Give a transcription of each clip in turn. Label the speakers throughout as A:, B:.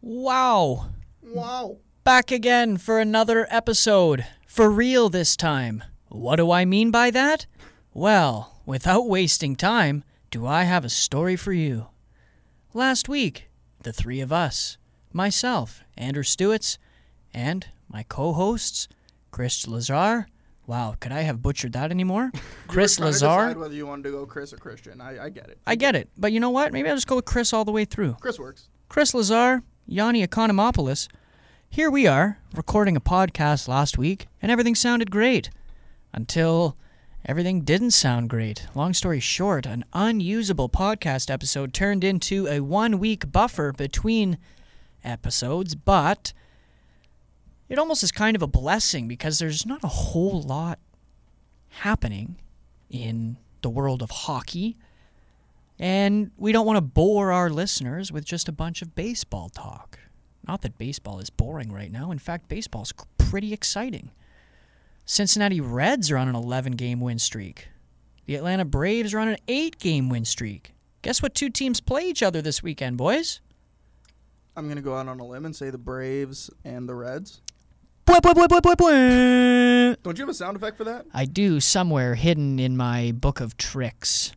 A: Wow.
B: Wow.
A: Back again for another episode. For real this time. What do I mean by that? Well, without wasting time, do I have a story for you. Last week, the three of us, myself, Andrew Stewitz, and my co hosts, Chris Lazar. Wow, could I have butchered that anymore? Chris
B: Trying to
A: Lazar.
B: decide whether you wanted to go Chris or Christian. I, I get it.
A: I get it, but you know what? Maybe I'll just go with Chris all the way through.
B: Chris works.
A: Chris Lazar, Yanni Economopoulos. Here we are, recording a podcast last week, and everything sounded great. Until everything didn't sound great. Long story short, an unusable podcast episode turned into a one week buffer between episodes, but it almost is kind of a blessing because there's not a whole lot happening in the world of hockey. And we don't want to bore our listeners with just a bunch of baseball talk. Not that baseball is boring right now. In fact, baseball's c- pretty exciting. Cincinnati Reds are on an 11 game win streak. The Atlanta Braves are on an 8 game win streak. Guess what two teams play each other this weekend, boys?
B: I'm going to go out on a limb and say the Braves and the Reds.
A: Bwah, bwah, bwah, bwah, bwah, bwah.
B: Don't you have a sound effect for that?
A: I do somewhere hidden in my book of tricks.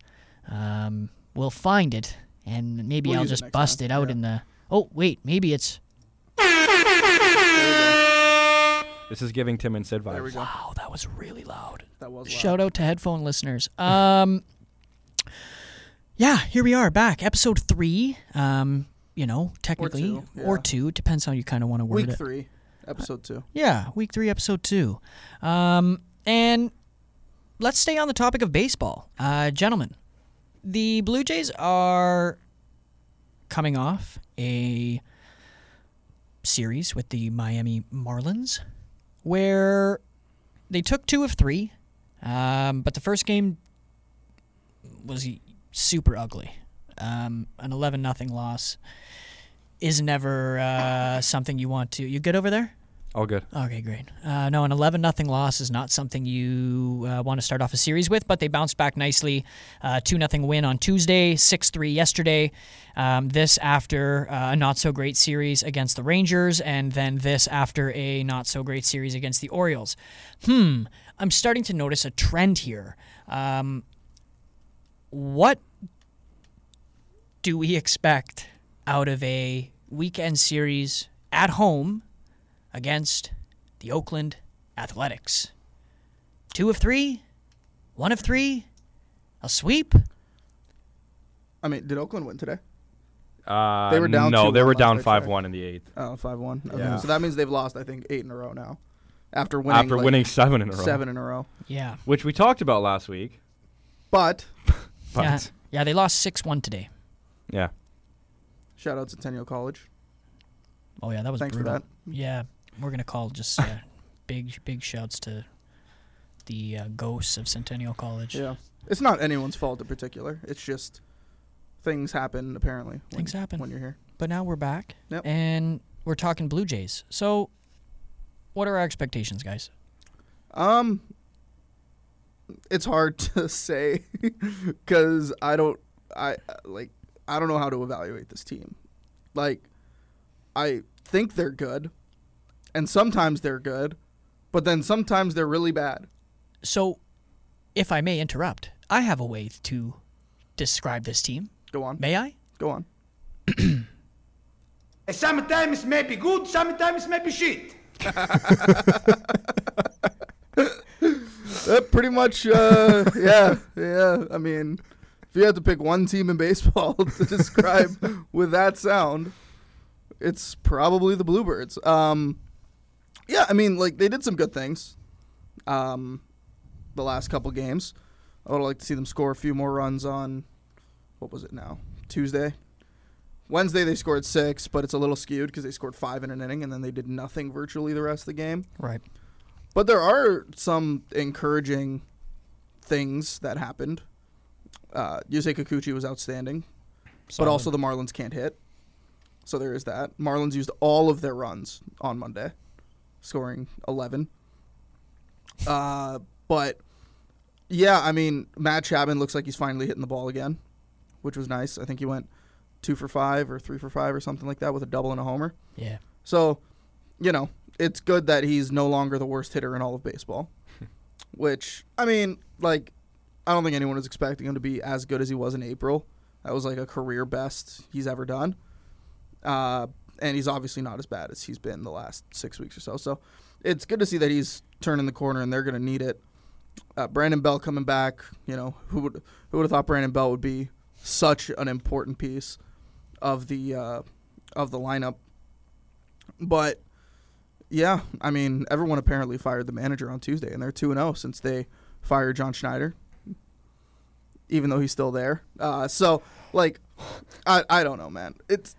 A: Um, we'll find it, and maybe
B: We'll
A: I'll
B: use it
A: just
B: next
A: bust
B: time,
A: it out
B: yeah.
A: in the. Oh wait, maybe it's.
C: This is giving Tim and Sid vibes.
B: There we go.
A: Wow, Oh, that was really loud.
B: That was loud.
A: Shout out to headphone listeners. Um, yeah, here we are back, episode three. Um, you know, technically,
B: two,
A: or
B: yeah.
A: two, depends how you kind of want to word
B: Week
A: it.
B: three, episode two.
A: Yeah, week three, episode two. Um, and let's stay on the topic of baseball. Uh, gentlemen, the Blue Jays are coming off a series with the Miami Marlins where they took two of three, um, but the first game was super ugly. Um, an 11 nothing loss is never uh, something you want to. You good over there?
C: All good.
A: Okay, great. Uh, no, an 11 nothing loss is not something you uh, want to start off a series with, but they bounced back nicely. 2 nothing win on Tuesday, 6 3 yesterday. Um, this after uh, a not so great series against the Rangers, and then this after a not so great series against the Orioles. Hmm, I'm starting to notice a trend here. Um, what do we expect out of a weekend series at home against the Oakland Athletics? Two of three, one of three, a sweep.
B: I mean, did Oakland win today?
C: Uh,
B: They were down
C: No, they
B: 2-1
C: were
B: last I
C: down
B: checked.
C: five one in the eighth
B: Oh, 5 1. Okay.
C: Yeah.
B: So that means they've lost, I think, eight in a row now. After winning,
C: after
B: like,
C: winning seven in a row.
B: seven in a row.
A: Yeah,
C: which we talked about last week.
B: But
A: yeah,
C: But yeah,
A: yeah. They lost six one today.
B: shout out to Tenniel College.
A: Oh yeah, that was
B: Thanks
A: brutal.
B: for that.
A: Yeah, we're gonna call just uh, big big shouts to the uh, ghosts of Centennial College.
B: Yeah. It's not anyone's fault in particular. It's just things happen, apparently. When,
A: Things happen.
B: When you're here.
A: But now we're back,
B: Yep.
A: and we're talking Blue Jays. So, what are our expectations, guys?
B: Um, it's hard to say because I don't. I like. I don't know how to evaluate this team. Like, I think they're good, and sometimes they're good, but then sometimes they're really bad.
A: So, if I may interrupt, I have a way to describe this team.
B: Go on.
A: May I?
B: Go on.
D: Sometimes may be good, sometimes may be shit.
B: That pretty much. Uh, yeah. Yeah. I mean, if you had to pick one team in baseball to describe with that sound, it's probably the Bluebirds. Um, yeah, I mean, like they did some good things. Um, the last couple games, I would like to see them score a few more runs on. What was it now? Tuesday, Wednesday they scored six, but it's a little skewed because they scored five in an inning and then they did nothing virtually the rest of the game.
A: Right.
B: But there are some encouraging things that happened. Uh, Yusei Kikuchi was outstanding, but also the Marlins can't hit. So there is that. Marlins used all of their runs on Monday, scoring 11. Uh, but yeah, I mean, Matt Chapman looks like he's finally hitting the ball again, which was nice. I think he went two for five or three for five or something like that with a double and a homer.
A: Yeah.
B: So, you know, it's good that he's no longer the worst hitter in all of baseball. Which I mean, like, I don't think anyone was expecting him to be as good as he was in April. That was like a career best he's ever done. Uh, and he's obviously not as bad as he's been the last six weeks or so. So it's good to see that he's turning the corner and they're going to need it. Uh, Brandon Bell coming back, you know, who would who would have thought Brandon Bell would be such an important piece of the uh, of the lineup? But yeah, I mean, everyone apparently fired the manager on Tuesday, and they're two and zero since they fired John Schneider, even though he's still there. Uh, so, like, I I don't know, man. It's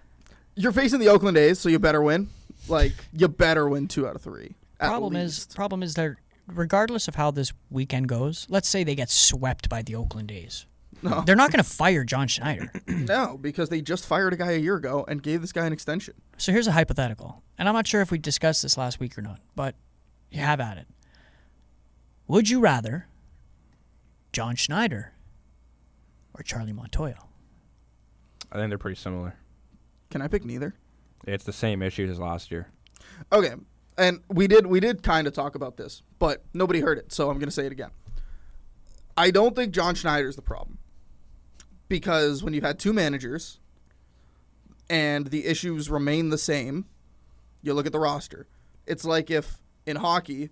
B: you're facing the Oakland A's, so you better win. Like, you better win two out of three. at
A: problem is
B: least.
A: problem is that regardless of how this weekend goes, let's say they get swept by the Oakland A's.
B: No.
A: They're not going to fire John Schneider.
B: No, because they just fired a guy a year ago and gave this guy an extension.
A: So here's a hypothetical, and I'm not sure if we discussed this last week or not, but you have at it. Would you rather John Schneider or Charlie Montoya?
C: I think they're pretty similar.
B: Can I pick neither?
C: It's the same issues as last year.
B: Okay. And we did we did kind of talk about this, but nobody heard it, so I'm going to say it again. I don't think John Schneider's the problem. Because when you had two managers and the issues remain the same, you look at the roster. It's like if in hockey,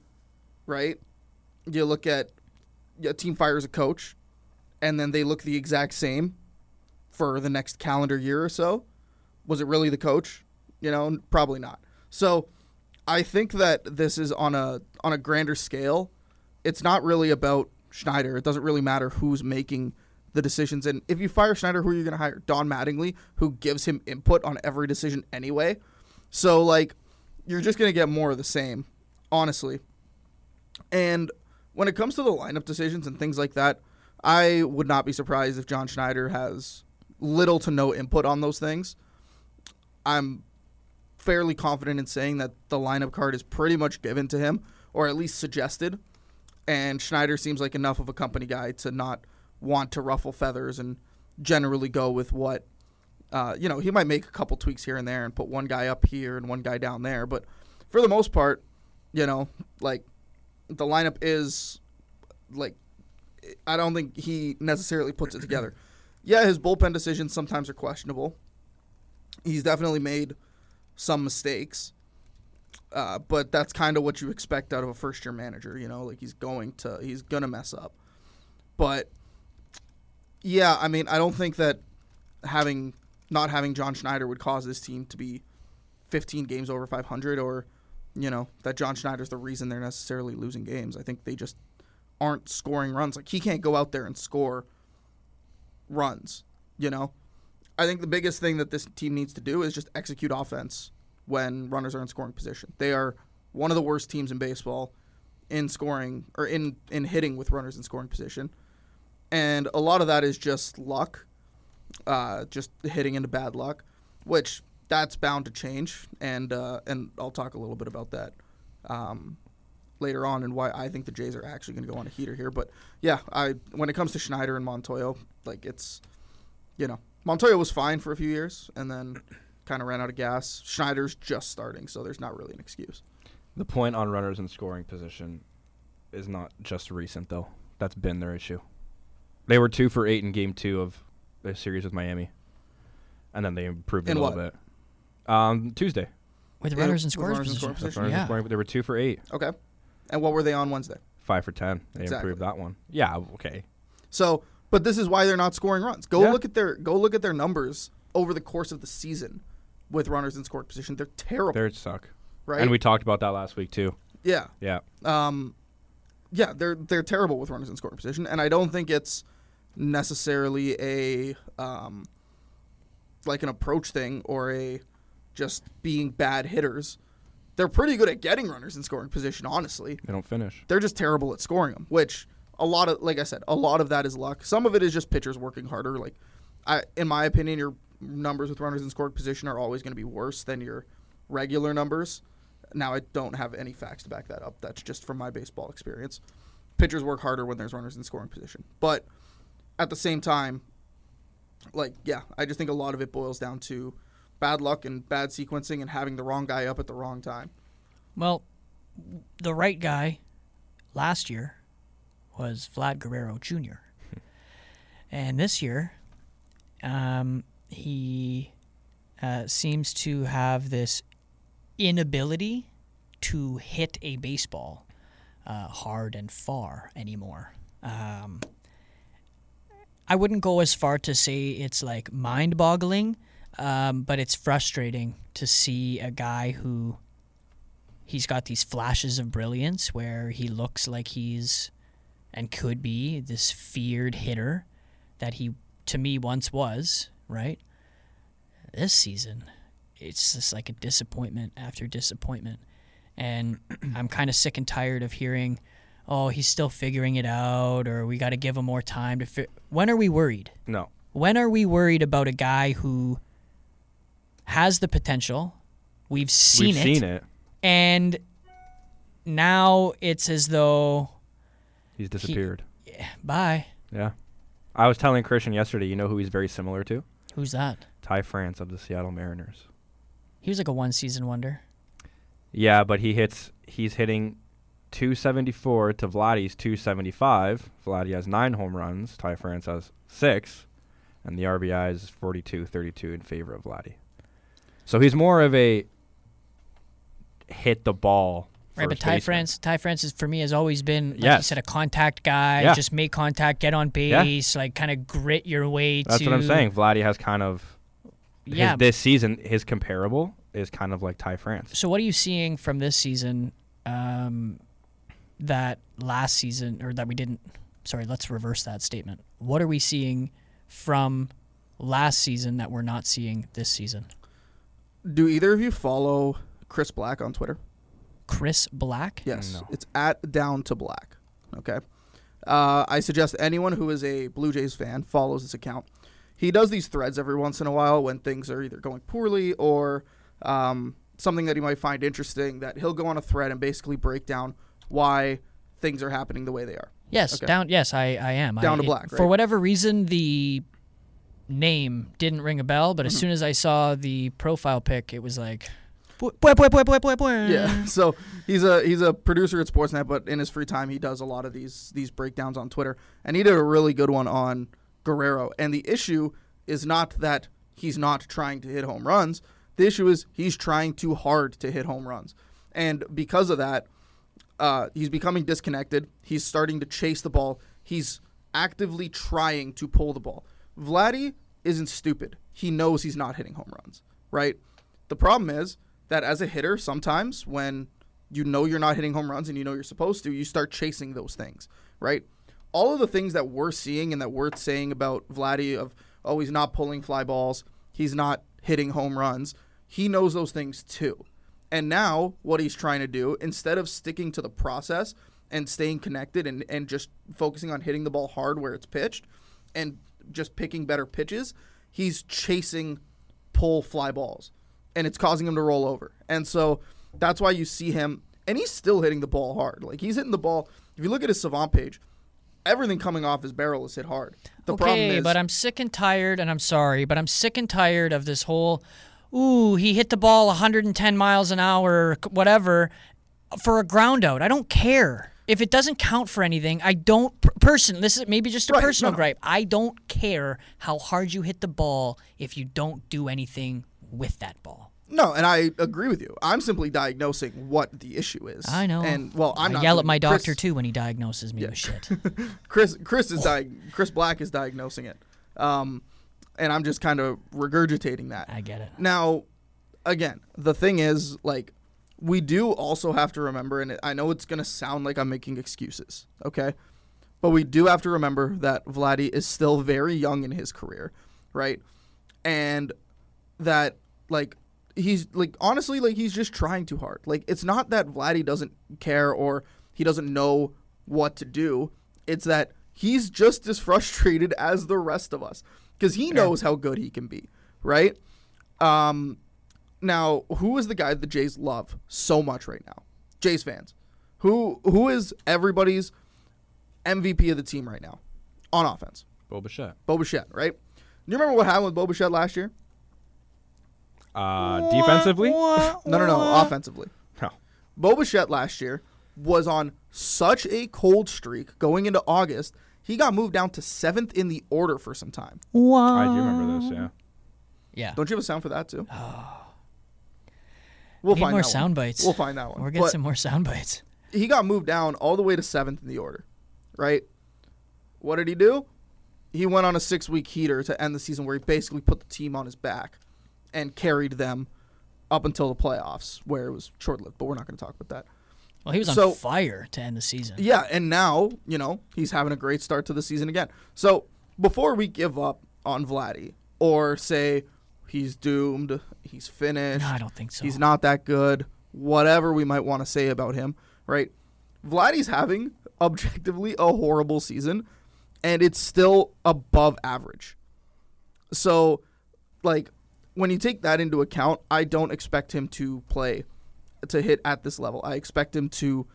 B: right? You look at a team fires a coach and then they look the exact same for the next calendar year or so. Was it really the coach? You know, n- probably not. So I think that this is on a on a grander scale. It's not really about Schneider. It doesn't really matter who's making the decisions. And if you fire Schneider, who are you going to hire? Don Mattingly, who gives him input on every decision anyway. So like, you're just going to get more of the same, honestly. And when it comes to the lineup decisions and things like that, I would not be surprised if John Schneider has little to no input on those things. I'm fairly confident in saying that the lineup card is pretty much given to him, or at least suggested. And Schneider seems like enough of a company guy to not want to ruffle feathers and generally go with what, uh, you know, he might make a couple tweaks here and there and put one guy up here and one guy down there. But for the most part, you know, like the lineup is like I don't think he necessarily puts it together. Yeah, his bullpen decisions sometimes are questionable. He's definitely made some mistakes, uh, but that's kind of what you expect out of a first-year manager. You know, like he's going to he's gonna mess up. But yeah, I mean, I don't think that having not having John Schneider would cause this team to be 15 games over 500 or you know that John Schneider's the reason they're necessarily losing games. I think they just aren't scoring runs. Like he can't go out there and score runs, you know. I think the biggest thing that this team needs to do is just execute offense when runners are in scoring position. They are one of the worst teams in baseball in scoring or in in hitting with runners in scoring position. And a lot of that is just luck uh, just hitting into bad luck, which that's bound to change, and uh, and I'll talk a little bit about that um, later on and why I think the Jays are actually going to go on a heater here. But yeah, I when it comes to Schneider and Montoya, like it's you know Montoya was fine for a few years and then kind of ran out of gas. Schneider's just starting, so there's not really an excuse.
C: The point on runners in scoring position is not just recent though. That's been their issue. They were two for eight in game two of their series with Miami, and then they improved it
B: In
C: a little
B: what?
C: bit. Um, Tuesday,
A: With
B: Yeah,
A: runners in
B: with
A: scoring
B: runners in
A: position.
B: scoring
C: That's
B: position.
C: runners in
A: Yeah.
C: scoring, but they were two for eight,
B: Okay, and what were they on Wednesday?
C: five for ten. They
B: Exactly.
C: improved that one. Yeah, okay.
B: So, but this is why they're not scoring runs. Go
C: Yeah.
B: look at their go look at their numbers over the course of the season with runners in scoring position. They're terrible,
C: They suck.
B: right?
C: And we talked about that last week too.
B: yeah,
C: Yeah.
B: um, yeah, they're they're terrible with runners in scoring position, and I don't think it's necessarily a um, like an approach thing or a just being bad hitters. They're pretty good at getting runners in scoring position, honestly.
C: They don't finish.
B: They're just terrible at scoring them, which a lot of, like I said, a lot of that is luck. Some of it is just pitchers working harder. Like, I, in my opinion, your numbers with runners in scored position are always going to be worse than your regular numbers. Now, I don't have any facts to back that up. That's just from my baseball experience. Pitchers work harder when there's runners in scoring position. But at the same time, like yeah, I just think a lot of it boils down to bad luck and bad sequencing and having the wrong guy up at the wrong time.
A: Well, the right guy last year was Vlad Guerrero Jr. and this year, um, he uh, seems to have this inability to hit a baseball uh, hard and far anymore. Um, I wouldn't go as far to say it's like mind boggling, um, but it's frustrating to see a guy who he's got these flashes of brilliance where he looks like he's and could be this feared hitter that he to me once was, right? This season, it's just like a disappointment after disappointment. And I'm kind of sick and tired of hearing, "Oh, he's still figuring it out," or "We got to give him more time to." Fi-. When are we worried?
C: No.
A: when are we worried about a guy who has the potential? We've seen
C: We've
A: it.
C: seen it.
A: And now it's as though
C: He's disappeared.
A: bye.
C: yeah. I was telling Christian yesterday, you know who he's very similar to?
A: Who's that?
C: Ty France of the Seattle Mariners.
A: He was like a one season wonder.
C: Yeah, but he hits. He's hitting 274 to Vladdy's 275. Vladdy has nine home runs. Ty France has six, and the RBI is 42, 32 in favor of Vladdy. So he's more of a hit the ball.
A: Right, but
C: first
A: Ty
C: baseman.
A: France, Ty France is, for me has always been, like you
C: Yes.
A: said, a contact guy.
C: Yeah.
A: Just make contact, get on
C: Yeah.
A: base, like kind of grit your way
C: That's
A: to.
C: what I'm saying. Vladdy has kind of.
A: Yeah.
C: His, this season, his comparable is kind of like Ty France.
A: So, what are you seeing from this season um, that last season, or that we didn't? Sorry, let's reverse that statement. What are we seeing from last season that we're not seeing this season?
B: Do either of you follow Chris Black on Twitter?
A: Chris Black?
B: Yes,
C: No.
B: it's at down to black. Okay, uh, I suggest anyone who is a Blue Jays fan follows this account. He does these threads every once in a while when things are either going poorly or um, something that he might find interesting. That he'll go on a thread and basically break down why things are happening the way they are.
A: Yes,
B: Okay.
A: down. Yes, I, I am. I-
B: Down to
A: it-
B: black,
A: For
B: right?
A: whatever reason, the name didn't ring a bell, but as
B: Mm-hmm.
A: soon as I saw the profile pic, it was like, "Bwe- bwe- bwe- bwe- bwe- bwe- bwe."
B: Yeah. So he's a he's a producer at Sportsnet, but in his free time he does a lot of these these breakdowns on Twitter. And he did a really good one on Guerrero. And the issue is not that he's not trying to hit home runs. The issue is he's trying too hard to hit home runs. And because of that, uh, he's becoming disconnected. He's starting to chase the ball. He's actively trying to pull the ball. Vladdy isn't stupid. He knows he's not hitting home runs, right? The problem is that as a hitter, sometimes when you know you're not hitting home runs and you know you're supposed to, you start chasing those things, right? All of the things that we're seeing and that we're saying about Vladdy of oh he's not pulling fly balls, he's not hitting home runs. He knows those things too. And now, what he's trying to do, instead of sticking to the process and staying connected and, and just focusing on hitting the ball hard where it's pitched and just picking better pitches, he's chasing pull fly balls and it's causing him to roll over. And so that's why you see him, and he's still hitting the ball hard. Like he's hitting the ball. If you look at his savant page, everything coming off his barrel is hit hard. The
A: okay,
B: problem is,
A: but I'm sick and tired, and I'm sorry, but I'm sick and tired of this whole, ooh, he hit the ball 110 miles an hour, or c- whatever, for a ground out. I don't care. If it doesn't count for anything, I don't. Per- person, this is maybe just a
B: Right, no,
A: personal
B: no.
A: gripe. I don't care how hard you hit the ball if you don't do anything with that ball.
B: no, and I agree with you. I'm simply diagnosing what the issue is.
A: I know.
B: And well, I'm
A: I
B: not
A: yell
B: doing
A: at my
B: it. Chris-
A: doctor too when he diagnoses me with shit.
B: Chris Chris is diag- Chris Black is diagnosing it, um, and I'm just kind of regurgitating that.
A: I get it.
B: Now, again, the thing is, like, we do also have to remember, and I know it's gonna sound like I'm making excuses, okay, but we do have to remember that Vladdy is still very young in his career, right, and that like he's like honestly like he's just trying too hard. Like it's not that Vladdy doesn't care or he doesn't know what to do. It's that he's just as frustrated as the rest of us because he knows how good he can be, right? Um, now who is the guy the Jays love so much right now? Jays fans, who who is everybody's MVP of the team right now on offense?
C: Bo Bichette.
B: Bo Bichette, right? You remember what happened with Bobuchet last year?
C: Uh, defensively,
B: No, no, no. Offensively.
C: No.
B: Bobuchet last year was on such a cold streak going into August, he got moved down to seventh in the order for some time.
C: I do remember this. Yeah,
A: Yeah.
B: Don't you have a sound for that too? We'll
A: Need
B: find
A: more
B: that one.
A: sound bites.
B: We'll find that one.
A: We're getting
B: But
A: some more sound bites.
B: He got moved down all the way to seventh in the order, right? What did he do? He went on a six-week heater to end the season, where he basically put the team on his back and carried them up until the playoffs, where it was short-lived. But we're not going to talk about that.
A: Well, he was on
B: So-
A: fire to end the season.
B: Yeah, and now, you know, he's having a great start to the season again. So before we give up on Vladdy or say he's doomed, he's finished,
A: No, I don't think so.
B: he's not that good, whatever we might want to say about him, right? Vladdy's having objectively a horrible season and it's still above average. So like when you take that into account, I don't expect him to play to hit at this level. I expect him to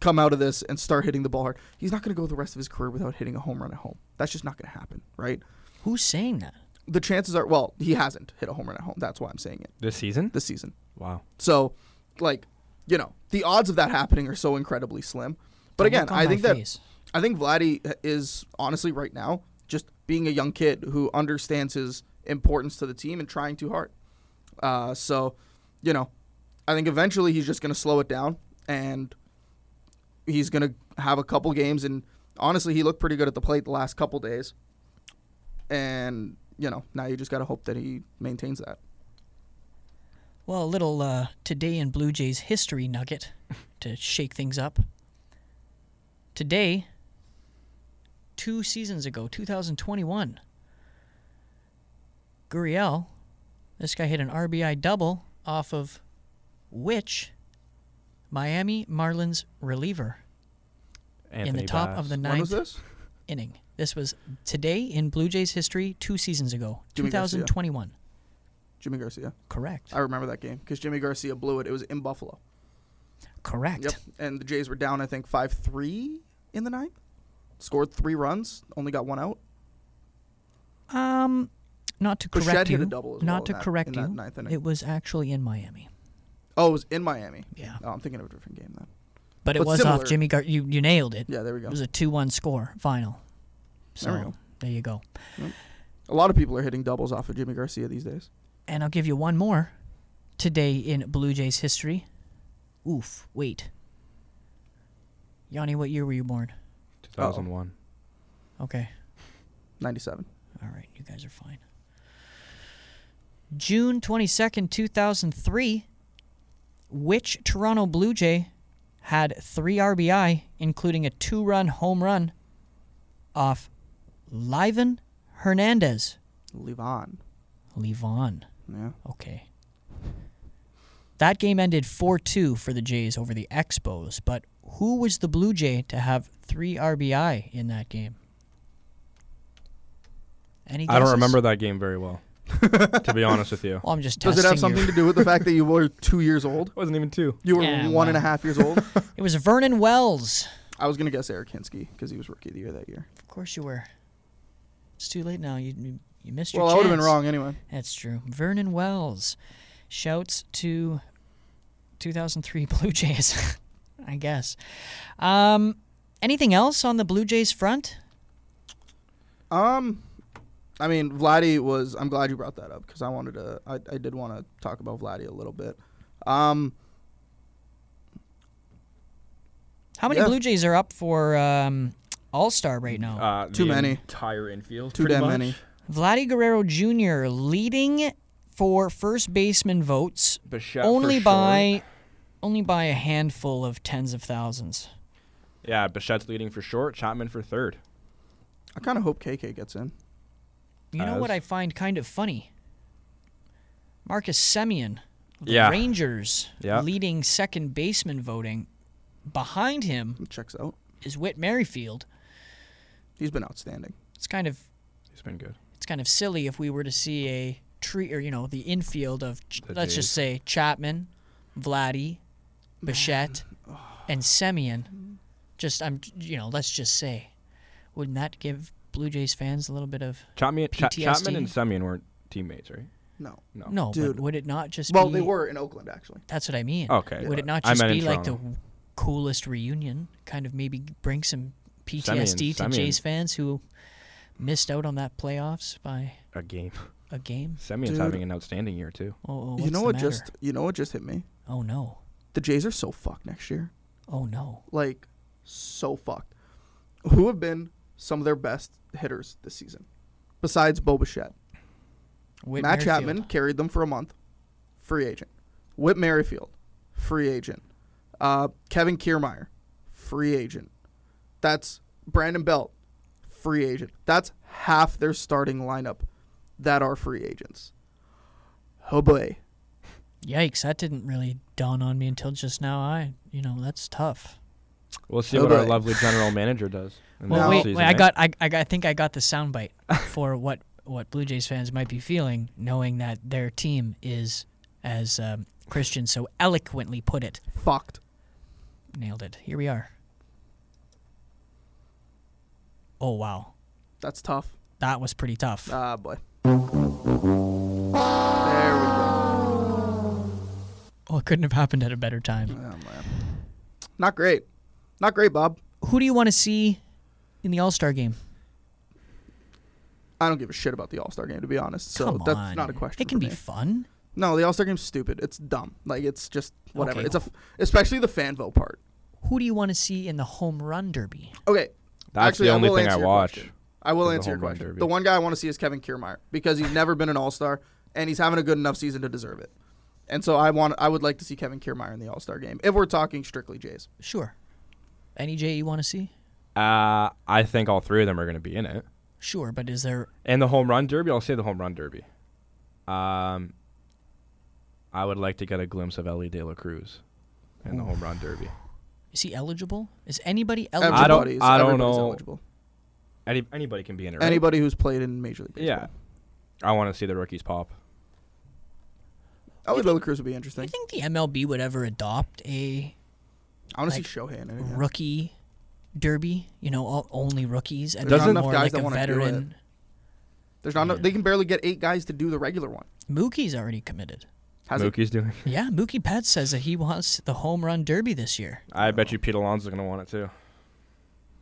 B: come out of this and start hitting the ball hard. He's not going to go the rest of his career without hitting a home run at home. That's just not going to happen, right?
A: Who's saying that?
B: The chances are, well, he hasn't hit a home run at home. That's why I'm saying it
C: this season.
B: this season.
C: Wow.
B: So, like, you know, the odds of that happening are so incredibly slim. But
A: The
B: again,
A: look on
B: I
A: my
B: think that
A: face.
B: I think Vladdy is honestly right now just being a young kid who understands his importance to the team and trying too hard. Uh, so, you know, I think eventually he's just going to slow it down and he's going to have a couple games. And honestly, he looked pretty good at the plate the last couple days. And, you know, now you just got to hope that he maintains that.
A: Well, a little uh, today in Blue Jays history nugget to shake things up. Today, two seasons ago, 2021, Guriel, this guy hit an RBI double off of which Miami Marlins reliever
C: Anthony
A: in the top
C: Bass.
A: of the
B: When was
A: ninth
B: this?
A: inning. This was today in Blue Jays history, two seasons ago,
B: Jimmy Garcia.
A: 2021.
B: Jimmy Garcia.
A: Correct.
B: I remember that game because Jimmy Garcia blew it. It was in Buffalo.
A: Correct.
B: Yep. And the Jays were down, I think, 5 3 in the ninth. Scored three runs, only got one out.
A: Um, not to
B: But Shad
A: correct
B: hit
A: you.
B: a double as well
A: not
B: in
A: to
B: that-
A: correct
B: in that
A: you.
B: ninth inning.
A: It was actually in Miami.
B: Oh, it was in Miami.
A: Yeah,
B: Oh, I'm thinking of a different game then.
A: but it
B: But
A: was
B: similar.
A: off Jimmy Gar. You you nailed it.
B: Yeah, there we go.
A: It was a two-one score final. So
B: There we go.
A: there you go.
B: A lot of people are hitting doubles off of Jimmy Garcia these days.
A: And I'll give you one more. Today in Blue Jays history. Oof. Wait. Yanni, what year were you born?
C: Oh. 2001.
A: Okay.
B: 97.
A: All right. You guys are fine. June twenty second, two thousand three. Which Toronto Blue Jay had three RBI, including a two run home run off Livan Hernandez.
B: Levon.
A: Levon.
B: Yeah.
A: Okay. That game ended 4 2 for the Jays over the Expos, but who was the Blue Jay to have three RBI in that game? Any
C: I don't
A: guesses?
C: remember that game very well, to be honest with you.
A: Well, I'm just
B: Does
A: testing
B: it have
A: you.
B: something to do with the fact that you were two years old?
C: wasn't even two.
B: You were
A: Yeah,
B: one and a
A: well.
B: half years old?
A: It was Vernon Wells.
B: I was going to guess Eric Hinsky because he was rookie of the year that year.
A: Of course you were. It's too late now. You you, you missed your
B: Well, I
A: chance.
B: would have been wrong anyway.
A: That's true. Vernon Wells. Shouts to 2003 Blue Jays, I guess. Um, anything else on the Blue Jays front?
B: Um, I mean, Vladdy was. I'm glad you brought that up because I wanted to. I, I did want to talk about Vladdy a little bit. Um,
A: How many
B: Yeah.
A: Blue Jays are up for um, All Star right now?
C: Uh,
B: Too
C: the
B: many.
C: Entire infield.
B: Too
C: pretty
B: damn
C: much.
B: many.
A: Vladdy Guerrero Jr. leading for first baseman votes
C: Bichette for
A: only
C: sure.
A: by only by a handful of tens of thousands.
C: Yeah, Bichette's leading for short. Chapman for third.
B: I kind of hope KK gets in.
A: You know
C: As-
A: what I find kind of funny? Marcus Semyon, the
C: Yeah.
A: Rangers,
C: Yeah.
A: leading second baseman voting. Behind him
B: It checks out.
A: is Whit Merrifield.
B: He's been outstanding.
A: It's kind of
C: He's been good.
A: it's kind of silly if we were to see a tree or you know the infield of ch-
C: The
A: let's just say Chapman, Vladdy, Bichette, and Semyon. Just I'm you know let's just say, wouldn't that give Blue Jays fans a little bit of
C: Chapman, Cha- Chapman
A: PTSD?
C: and Semyon weren't teammates, right?
B: No.
C: No.
A: no,
B: Dude.
A: but would it not just
B: Well,
A: be?
B: they were in Oakland actually.
A: That's what I mean.
C: Okay,
A: Would
C: but
A: it not
C: I
A: just
C: meant
A: be
C: in
A: like the
C: Toronto.
A: coolest reunion? Kind of maybe bring some PTSD to
C: Semien.
A: Jays fans who missed out on that playoffs by
C: A game.
A: a game.
C: Semyon's
B: Dude.
C: having an outstanding year too.
A: Oh, oh what's
B: you know
A: the
B: what
A: matter?
B: just you know what just hit me?
A: Oh no.
B: The Jays are so fucked next year.
A: Oh no.
B: Like so fucked. Who have been some of their best hitters this season? Besides Bo Bichette.
A: Whit
B: Matt
A: Merrifield.
B: Chapman carried them for a month. Free agent. Whit Merrifield, free agent. Uh, Kevin Kiermeyer, free agent. That's Brandon Belt, free agent. That's half their starting lineup that are free agents. Oh boy.
A: Yikes! That didn't really dawn on me until just now. I, you know, that's tough.
C: We'll see
B: Oh,
C: what our
B: boy.
C: lovely general manager does. In
A: Well,
C: the
A: wait,
C: offseason, eh?
A: wait I
C: right?
A: got, I, I, got- I think I got the soundbite for what what Blue Jays fans might be feeling, knowing that their team is, as um, Christian so eloquently put it,
B: Fucked.
A: nailed it. Here we are. Oh wow,
B: That's tough.
A: that was pretty tough.
B: Ah boy. There we go.
A: oh, it couldn't have happened at a better time.
B: Oh, man. Not great. Not great, Bob.
A: Who do you want to see in the All Star game?
B: I don't give a shit about the All Star game, to be honest. So
A: Come
B: that's
A: on.
B: not a question.
A: It can
B: for
A: be
B: me.
A: fun.
B: No, the All Star game's stupid. It's dumb. Like it's just whatever.
A: Okay.
B: It's a f- especially the fan vote part.
A: Who do you want to see in the home run derby?
B: Okay,
C: That's
B: actually,
C: the
B: I
C: only
B: will
C: thing I
B: answer your
C: watch.
B: question. I will
C: is the
B: answer your
C: home run
B: question.
C: derby.
B: The one guy I want to see is Kevin Kiermaier because he's never been an All Star and he's having a good enough season to deserve it. And so I want I would like to see Kevin Kiermaier in the All Star game if we're talking strictly Jays.
A: Sure. Any J you want to see?
C: Uh, I think all three of them are going to be in it.
A: Sure, but is there?
C: And the home run derby, I'll say the home run derby. Um, I would like to get a glimpse of Ellie De La Cruz in the home run derby.
A: Is he eligible? Is anybody eligible?
C: I don't-
B: Everybody's-
C: I don't
B: everybody's
C: know.
B: eligible.
C: Any, anybody can be in it. Right?
B: Anybody who's played in Major League Baseball.
C: Yeah. I want to see the rookies pop.
B: Ellie De La Cruz would be
A: Do you
B: interesting.
A: think the MLB would ever adopt a
B: I want to
A: like,
B: see Shohei in it. again.
A: rookie derby? You know, all, only rookies and
B: There's
A: maybe
B: not enough
A: more
B: guys
A: like
B: that
A: a
B: wanna do
A: veteran.
B: There's not enough, they can barely get eight guys to do the regular one.
A: Mookie's already committed.
B: Has he?
C: Mookie's doing.
A: Yeah, Mookie Betts says that he wants the home run derby this year.
C: I
B: Oh.
C: bet you Pete Alonso's going to want it too.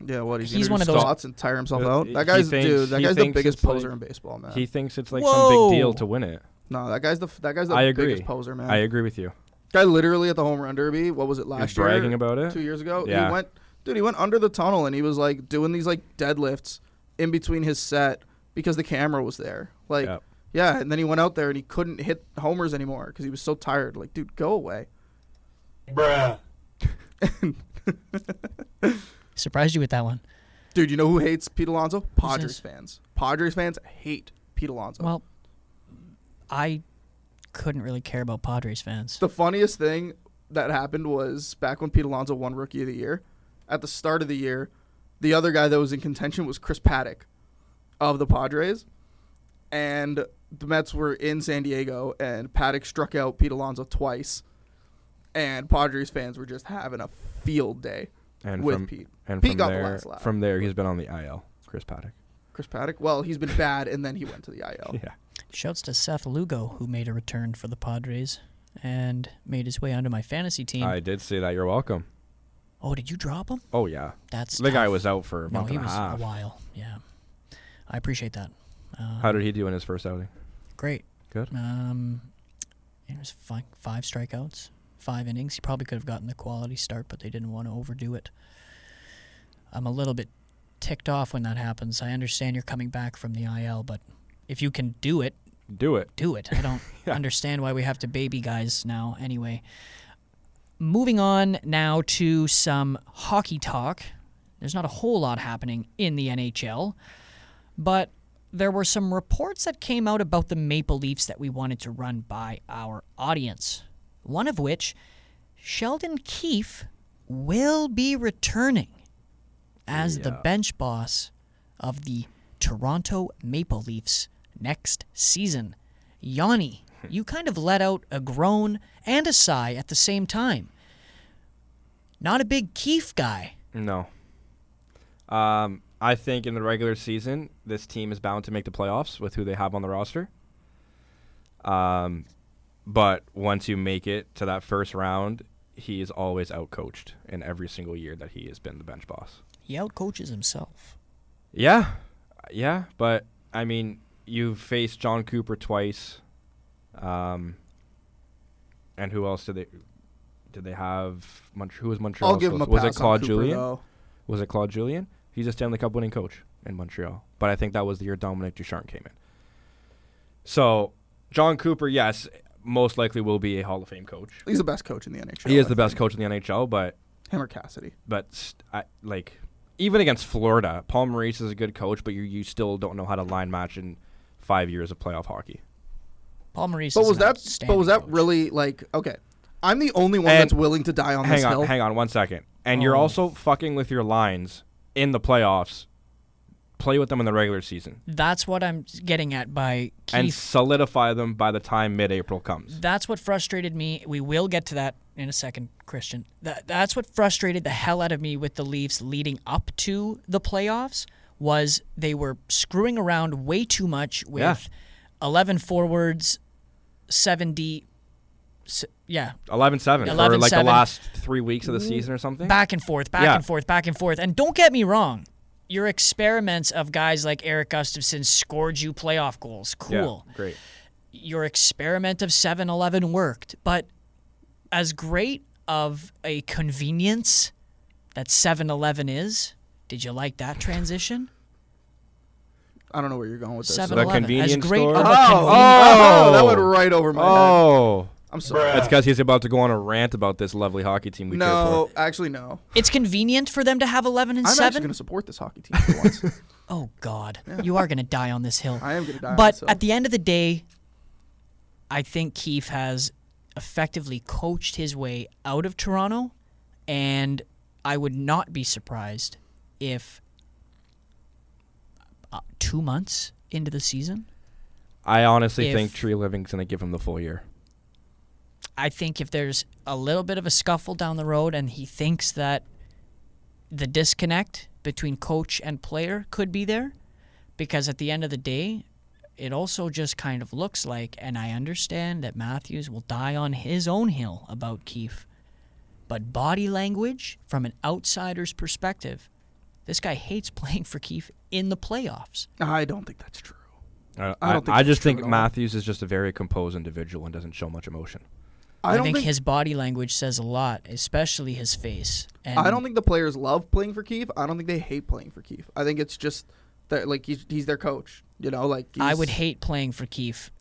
B: Yeah, what he's,
A: He's
B: one of those thoughts and tire himself
C: Uh,
B: out.
C: he
B: That guy's
C: thinks-
B: dude. That
C: he
B: guy's the
C: thinks
B: biggest
C: it's like-
B: poser in baseball, man.
C: He thinks it's like
A: Whoa!
C: some big deal to win it.
B: no, that guy's the f- that guy's the
C: I agree.
B: biggest poser, man.
C: I agree with you.
B: Guy literally at the home run derby. What was it
C: He's
B: last year?
C: bragging about it.
B: two years ago.
C: Yeah.
B: He went, dude. He went under the tunnel and he was like doing these like deadlifts in between his set because the camera was there. Like,
C: Yep.
B: yeah. And then he went out there and he couldn't hit homers anymore because he was so tired. Like, dude, go away.
D: Bruh.
A: Surprised you with that one.
B: Dude, you know who hates Pete Alonso? Padres
A: this?
B: fans. Padres fans hate Pete Alonso.
A: Well, I couldn't really care about Padres fans.
B: The funniest thing that happened was back when Pete Alonso won Rookie of the Year. At the start of the year, the other guy that was in contention was Chris Paddock of the Padres, and the Mets were in San Diego, and Paddock struck out Pete Alonso twice, and Padres fans were just having a field day
C: And
B: with
C: from
B: Pete.
C: and
B: Pete
C: from
B: got the
C: there,
B: last laugh.
C: from there, he's been on the IL. Chris Paddock.
B: Chris Paddock. Well, he's been bad, and then he went to the IL.
C: Yeah.
A: Shouts to Seth Lugo who made a return for the Padres and made his way onto my fantasy team.
C: I did see that. You're welcome.
A: Oh, did you drop him?
C: Oh yeah.
A: That's
C: the guy
A: tough.
C: was out for a
A: No,
C: month
A: he
C: and a
A: was
C: half.
A: a while. Yeah, I appreciate that. Uh,
C: How did he do in his first outing?
A: great.
C: Good.
A: Um, it was five, five strikeouts, five innings. He probably could have gotten the quality start, but they didn't want to overdo it. I'm a little bit ticked off when that happens. I understand you're coming back from the IL, but if you can do it,
C: Do it.
A: do it. I don't understand why we have to baby guys now anyway. Moving on now to some hockey talk. There's not a whole lot happening in the NHL, but there were some reports that came out about the Maple Leafs that we wanted to run by our audience. One of which, Sheldon Keefe will be returning as the
C: Yeah.
A: bench boss of the Toronto Maple Leafs next season. Yanni, you kind of let out a groan and a sigh at the same time. Not a big Keefe guy.
C: No. Um, I I think in the regular season, this team is bound to make the playoffs with who they have on the roster. Um, but once you make it to that first round, he is always outcoached in every single year that he has been the bench boss.
A: He outcoaches himself.
C: Yeah, yeah, but I mean, you've faced John Cooper twice, um, and who else did they did they have? Mont- who was Montreal?
B: I'll give him a pass.
C: was it
B: on
C: Claude
B: Cooper,
C: Julien?
B: though.
C: was it Claude Julien? He's a Stanley Cup winning coach in Montreal. But I think that was the year Dominic Ducharme came in. So John Cooper, yes, most likely will be a Hall of Fame coach.
B: He's the best coach in the NHL.
C: He is
B: I
C: the best
B: think.
C: coach in the NHL, but
B: Him or Cassidy.
C: but st- I, like even against Florida, Paul Maurice is a good coach, but you you still don't know how to line match in five years of playoff hockey.
A: Paul Maurice.
B: But
A: is
B: was
A: an
B: that but
A: outstanding
B: was that
A: coach.
B: really like okay? I'm the only one
C: And-
B: that's willing to die on
C: hang
B: this
C: on,
B: hill.
C: hang on, one second. And you're
A: Oh.
C: also fucking with your lines in the playoffs. Play with them in the regular season
A: That's what I'm getting at by Keith.
C: and solidify them by the time mid-April comes.
A: that's what frustrated me. We will get to that in a second, Christian. That that's what frustrated the hell out of me with the Leafs leading up to the playoffs was they were screwing around way too much with
C: Yeah.
A: 11 forwards, 70 s- yeah,
C: 11 7 for
A: 11-7.
C: like the last three weeks of the season or something.
A: back and forth, back
C: Yeah.
A: and forth, back and forth. And don't get me wrong, your experiments of guys like Eric Gustafson scored you playoff goals.
C: Yeah,
A: Cool.
C: great.
A: your experiment of 7 Eleven worked, but as great of a convenience that 7 Eleven is, did you like that transition?
B: I don't know where you're going with this.
A: 7
C: The
A: Eleven. As
C: convenience
A: great
C: store?
A: of a
B: Oh,
A: convenience.
B: oh, that went right over my head.
C: Oh.
B: I'm sorry.
D: Bruh.
C: That's because he's about to go on a rant about this lovely hockey team we
B: No, actually, no.
A: It's convenient for them to have 11 and
B: I'm actually
A: 7.
B: going to support this hockey team for once.
A: Oh, God. You are going to die on this hill.
B: I am going to die. on
A: But
B: this hill.
A: at the end of the day, I think Keefe has effectively coached his way out of Toronto, and I would not be surprised if uh, two months into the season,
C: for. I honestly
A: If-
C: think Tree Living's going to give him the full year.
A: I think if there's a little bit of a scuffle down the road and he thinks that the disconnect between coach and player could be there, because at the end of the day, it also just kind of looks like, and I understand that Matthews will die on his own hill about Keefe, but body language from an outsider's perspective, this guy hates playing for Keefe in the playoffs.
B: I don't think that's true.
C: I,
B: I don't think
C: I
B: it's
C: just
B: true
C: think
B: at all.
C: Matthews is just a very composed individual and doesn't show much emotion.
B: I,
A: I,
B: don't
A: think,
B: think,
A: his body language says a lot, especially his face. And
B: I don't think the players love playing for Keefe. I don't think they hate playing for Keefe. I think it's just that like he's, he's their coach. You know, like
A: I
B: he's-
A: would hate playing for Keefe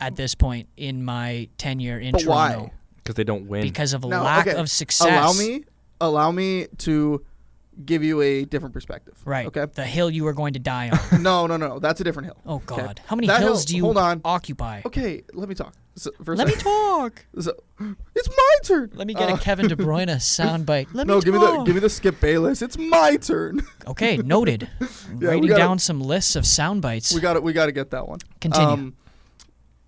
A: at this point in my tenure in
B: But why?
A: Toronto
C: Because they don't win.
A: because of
B: No,
A: lack
B: okay.
A: of success.
B: Allow me, allow me to give you a different perspective.
A: right?
B: Okay.
A: the hill you are going to die on.
B: No, no, no. That's a different hill.
A: Oh God, how many
B: That
A: hills
B: hill-
A: do you
B: hold on.
A: occupy?
B: Okay, let me talk. So, for a
A: Let me
B: second.
A: talk.
B: So- it's my turn.
A: Let me get
B: Uh,
A: a Kevin De Bruyne soundbite. Let
B: No,
A: me
B: give me
A: talk.
B: the give me the Skip Bayless. It's my turn.
A: Okay, noted. I'm
B: Yeah, we
A: Writing
B: gotta-
A: down some lists of sound bites.
B: we got um, it. We got to get that one.
A: Continue.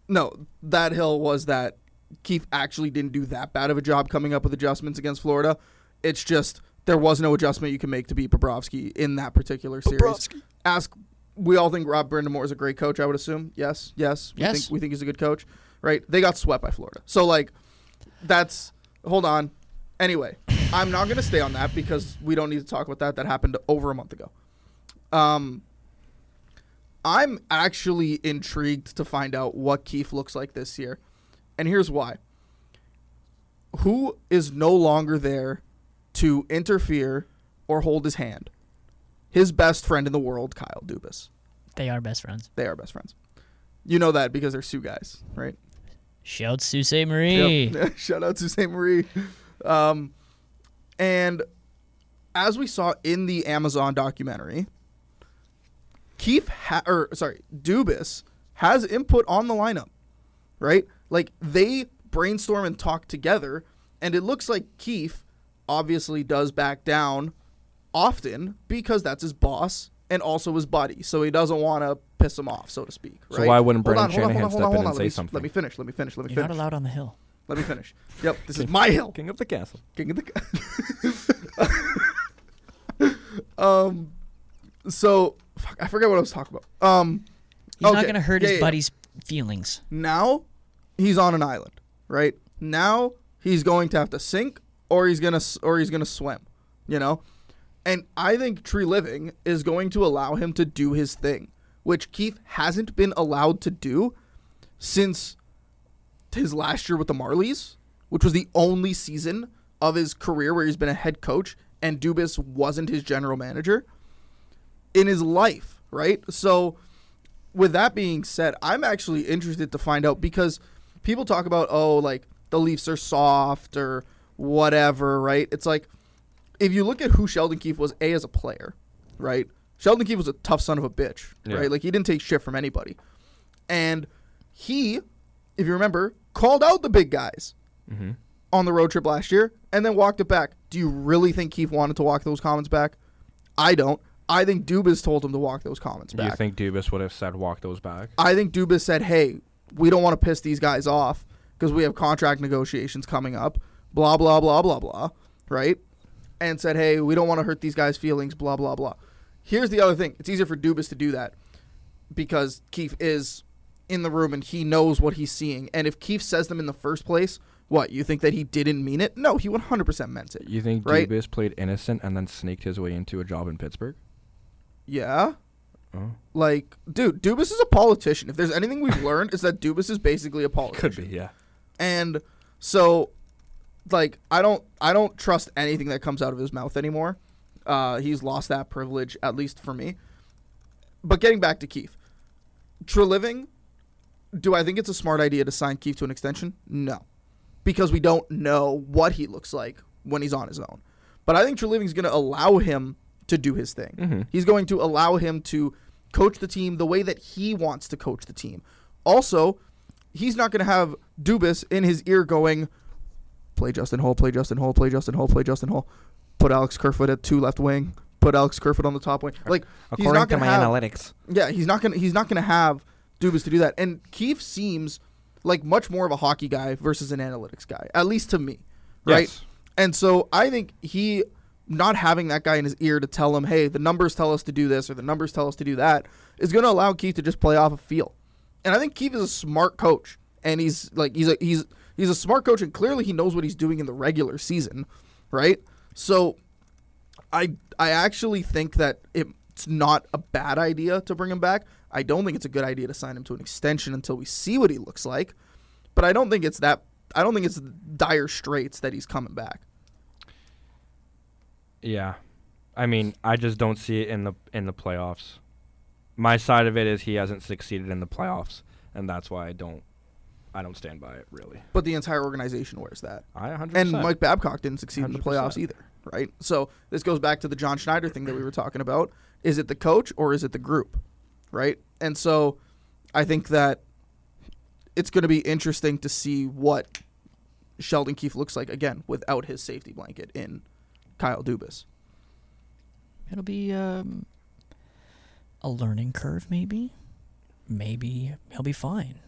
B: no, that hill was that Keith actually didn't do that bad of a job coming up with adjustments against Florida. It's just there was no adjustment you can make to beat Bobrovsky in that particular series. Ask. We all think Rob Brindamore is a great coach. I would assume. Yes. Yes. We
A: Yes.
B: Think, we think he's a good coach. Right. They got swept by Florida. So like, that's. Hold on. Anyway, I'm not going to stay on that because we don't need to talk about that. That happened over a month ago. Um, I'm actually intrigued to find out what Keefe looks like this year. And here's why. Who is no longer there to interfere or hold his hand? His best friend in the world, Kyle Dubas.
A: They are best friends.
B: They are best friends. You know that because they're Sioux guys, right?
A: Shout Sault Ste. Marie.
B: Yep. Shout out to St. Marie. Um, and as we saw in the Amazon documentary, Keith ha- or sorry, Dubis has input on the lineup, right? Like they brainstorm and talk together, and it looks like Keith obviously does back down often because that's his boss and also his buddy, so he doesn't want to piss him off, so to speak.
C: So
B: right?
C: why wouldn't
B: Hold on,
C: Brendan
B: hold on,
C: Shanahan
B: hold on,
C: step
B: hold on,
C: in and
B: let me-
C: say something?
B: Let me finish. Let me finish. Let me
A: You're not
B: finish.
A: allowed on the hill.
B: Let me finish. Yep, this is my hill.
C: King of the castle.
B: King of the. um, So fuck, I forget what I was talking about. Um,
A: He's not
B: Okay.
A: going to hurt
B: Yeah,
A: his
B: yeah, yeah.
A: buddy's feelings.
B: now he's on an island, right? Now he's going to have to sink, or he's gonna s- or he's gonna swim, you know. And I think tree living is going to allow him to do his thing, which Keith hasn't been allowed to do since his last year with the Marlies, which was the only season of his career where he's been a head coach and Dubis wasn't his general manager in his life, right? So, with that being said, I'm actually interested to find out because people talk about, oh, like the Leafs are soft or whatever, right? It's like if you look at who Sheldon Keefe was, A, as a player, right? Sheldon Keefe was a tough son of a bitch,
C: Yeah.
B: right? Like he didn't take shit from anybody. And he, if you remember, called out the big guys
C: Mm-hmm.
B: on the road trip last year and then walked it back. Do you really think Keefe wanted to walk those comments back? I don't. I think Dubas told him to walk those comments
C: Do
B: back.
C: you think Dubas would have said walk those back?
B: I think Dubas said, "Hey, we don't want to piss these guys off because we have contract negotiations coming up, blah blah blah blah blah, right?" And said, "Hey, we don't want to hurt these guys' feelings, blah blah blah." Here's the other thing: it's easier for Dubas to do that because Keefe is in the room and he knows what he's seeing. And if Keefe says them in the first place, what you think that he didn't mean it? No, he 100% meant it.
C: You think
B: Right.
C: Dubas played innocent and then sneaked his way into a job in Pittsburgh?
B: Yeah.
C: Oh.
B: Like, dude, Dubas is a politician. If there's anything we've learned, is that Dubas is basically a politician.
C: Could be, yeah.
B: and so like i don't i don't trust anything that comes out of his mouth anymore uh, he's lost that privilege at least for me but getting back to keith true living do i think it's a smart idea to sign keith to an extension no because we don't know what he looks like when he's on his own but i think true living's going to allow him to do his thing
C: Mhm.
B: he's going to allow him to coach the team the way that he wants to coach the team also he's not going to have Dubis in his ear going, play Justin Hall, play Justin Hall, play Justin Hall, play Justin Hall, put Alex Kerfoot at two left wing, put Alex Kerfoot on the top wing. Like he's not going to have,
C: analytics.
B: yeah, he's not going to he's not going to have Dubis to do that. And Keefe seems like much more of a hockey guy versus an analytics guy, at least to me, right?
C: Yes.
B: And so I think he not having that guy in his ear to tell him, hey, the numbers tell us to do this or the numbers tell us to do that is going to allow Keith to just play off a feel. And I think Keith is a smart coach, and he's like he's a he's he's a smart coach, and clearly he knows what he's doing in the regular season, right? So I I actually think that it- it's not a bad idea to bring him back. I don't think it's a good idea to sign him to an extension until we see what he looks like. But I don't think it's that I don't think it's dire straits that he's coming back.
C: Yeah. I mean, I just don't see it in the in the playoffs. My side of it is he hasn't succeeded in the playoffs, and that's why I don't I don't stand by it really.
B: But the entire organization wears that.
C: I 100%.
B: And Mike Babcock didn't succeed in the playoffs
C: 100%.
B: either, right? So this goes back to the John Schneider thing that we were talking about. Is it the coach or is it the group, right? And so I think that it's going to be interesting to see what Sheldon Keefe looks like again without his safety blanket in Kyle Dubas.
A: It'll be um, a learning curve, maybe. Maybe he'll be fine.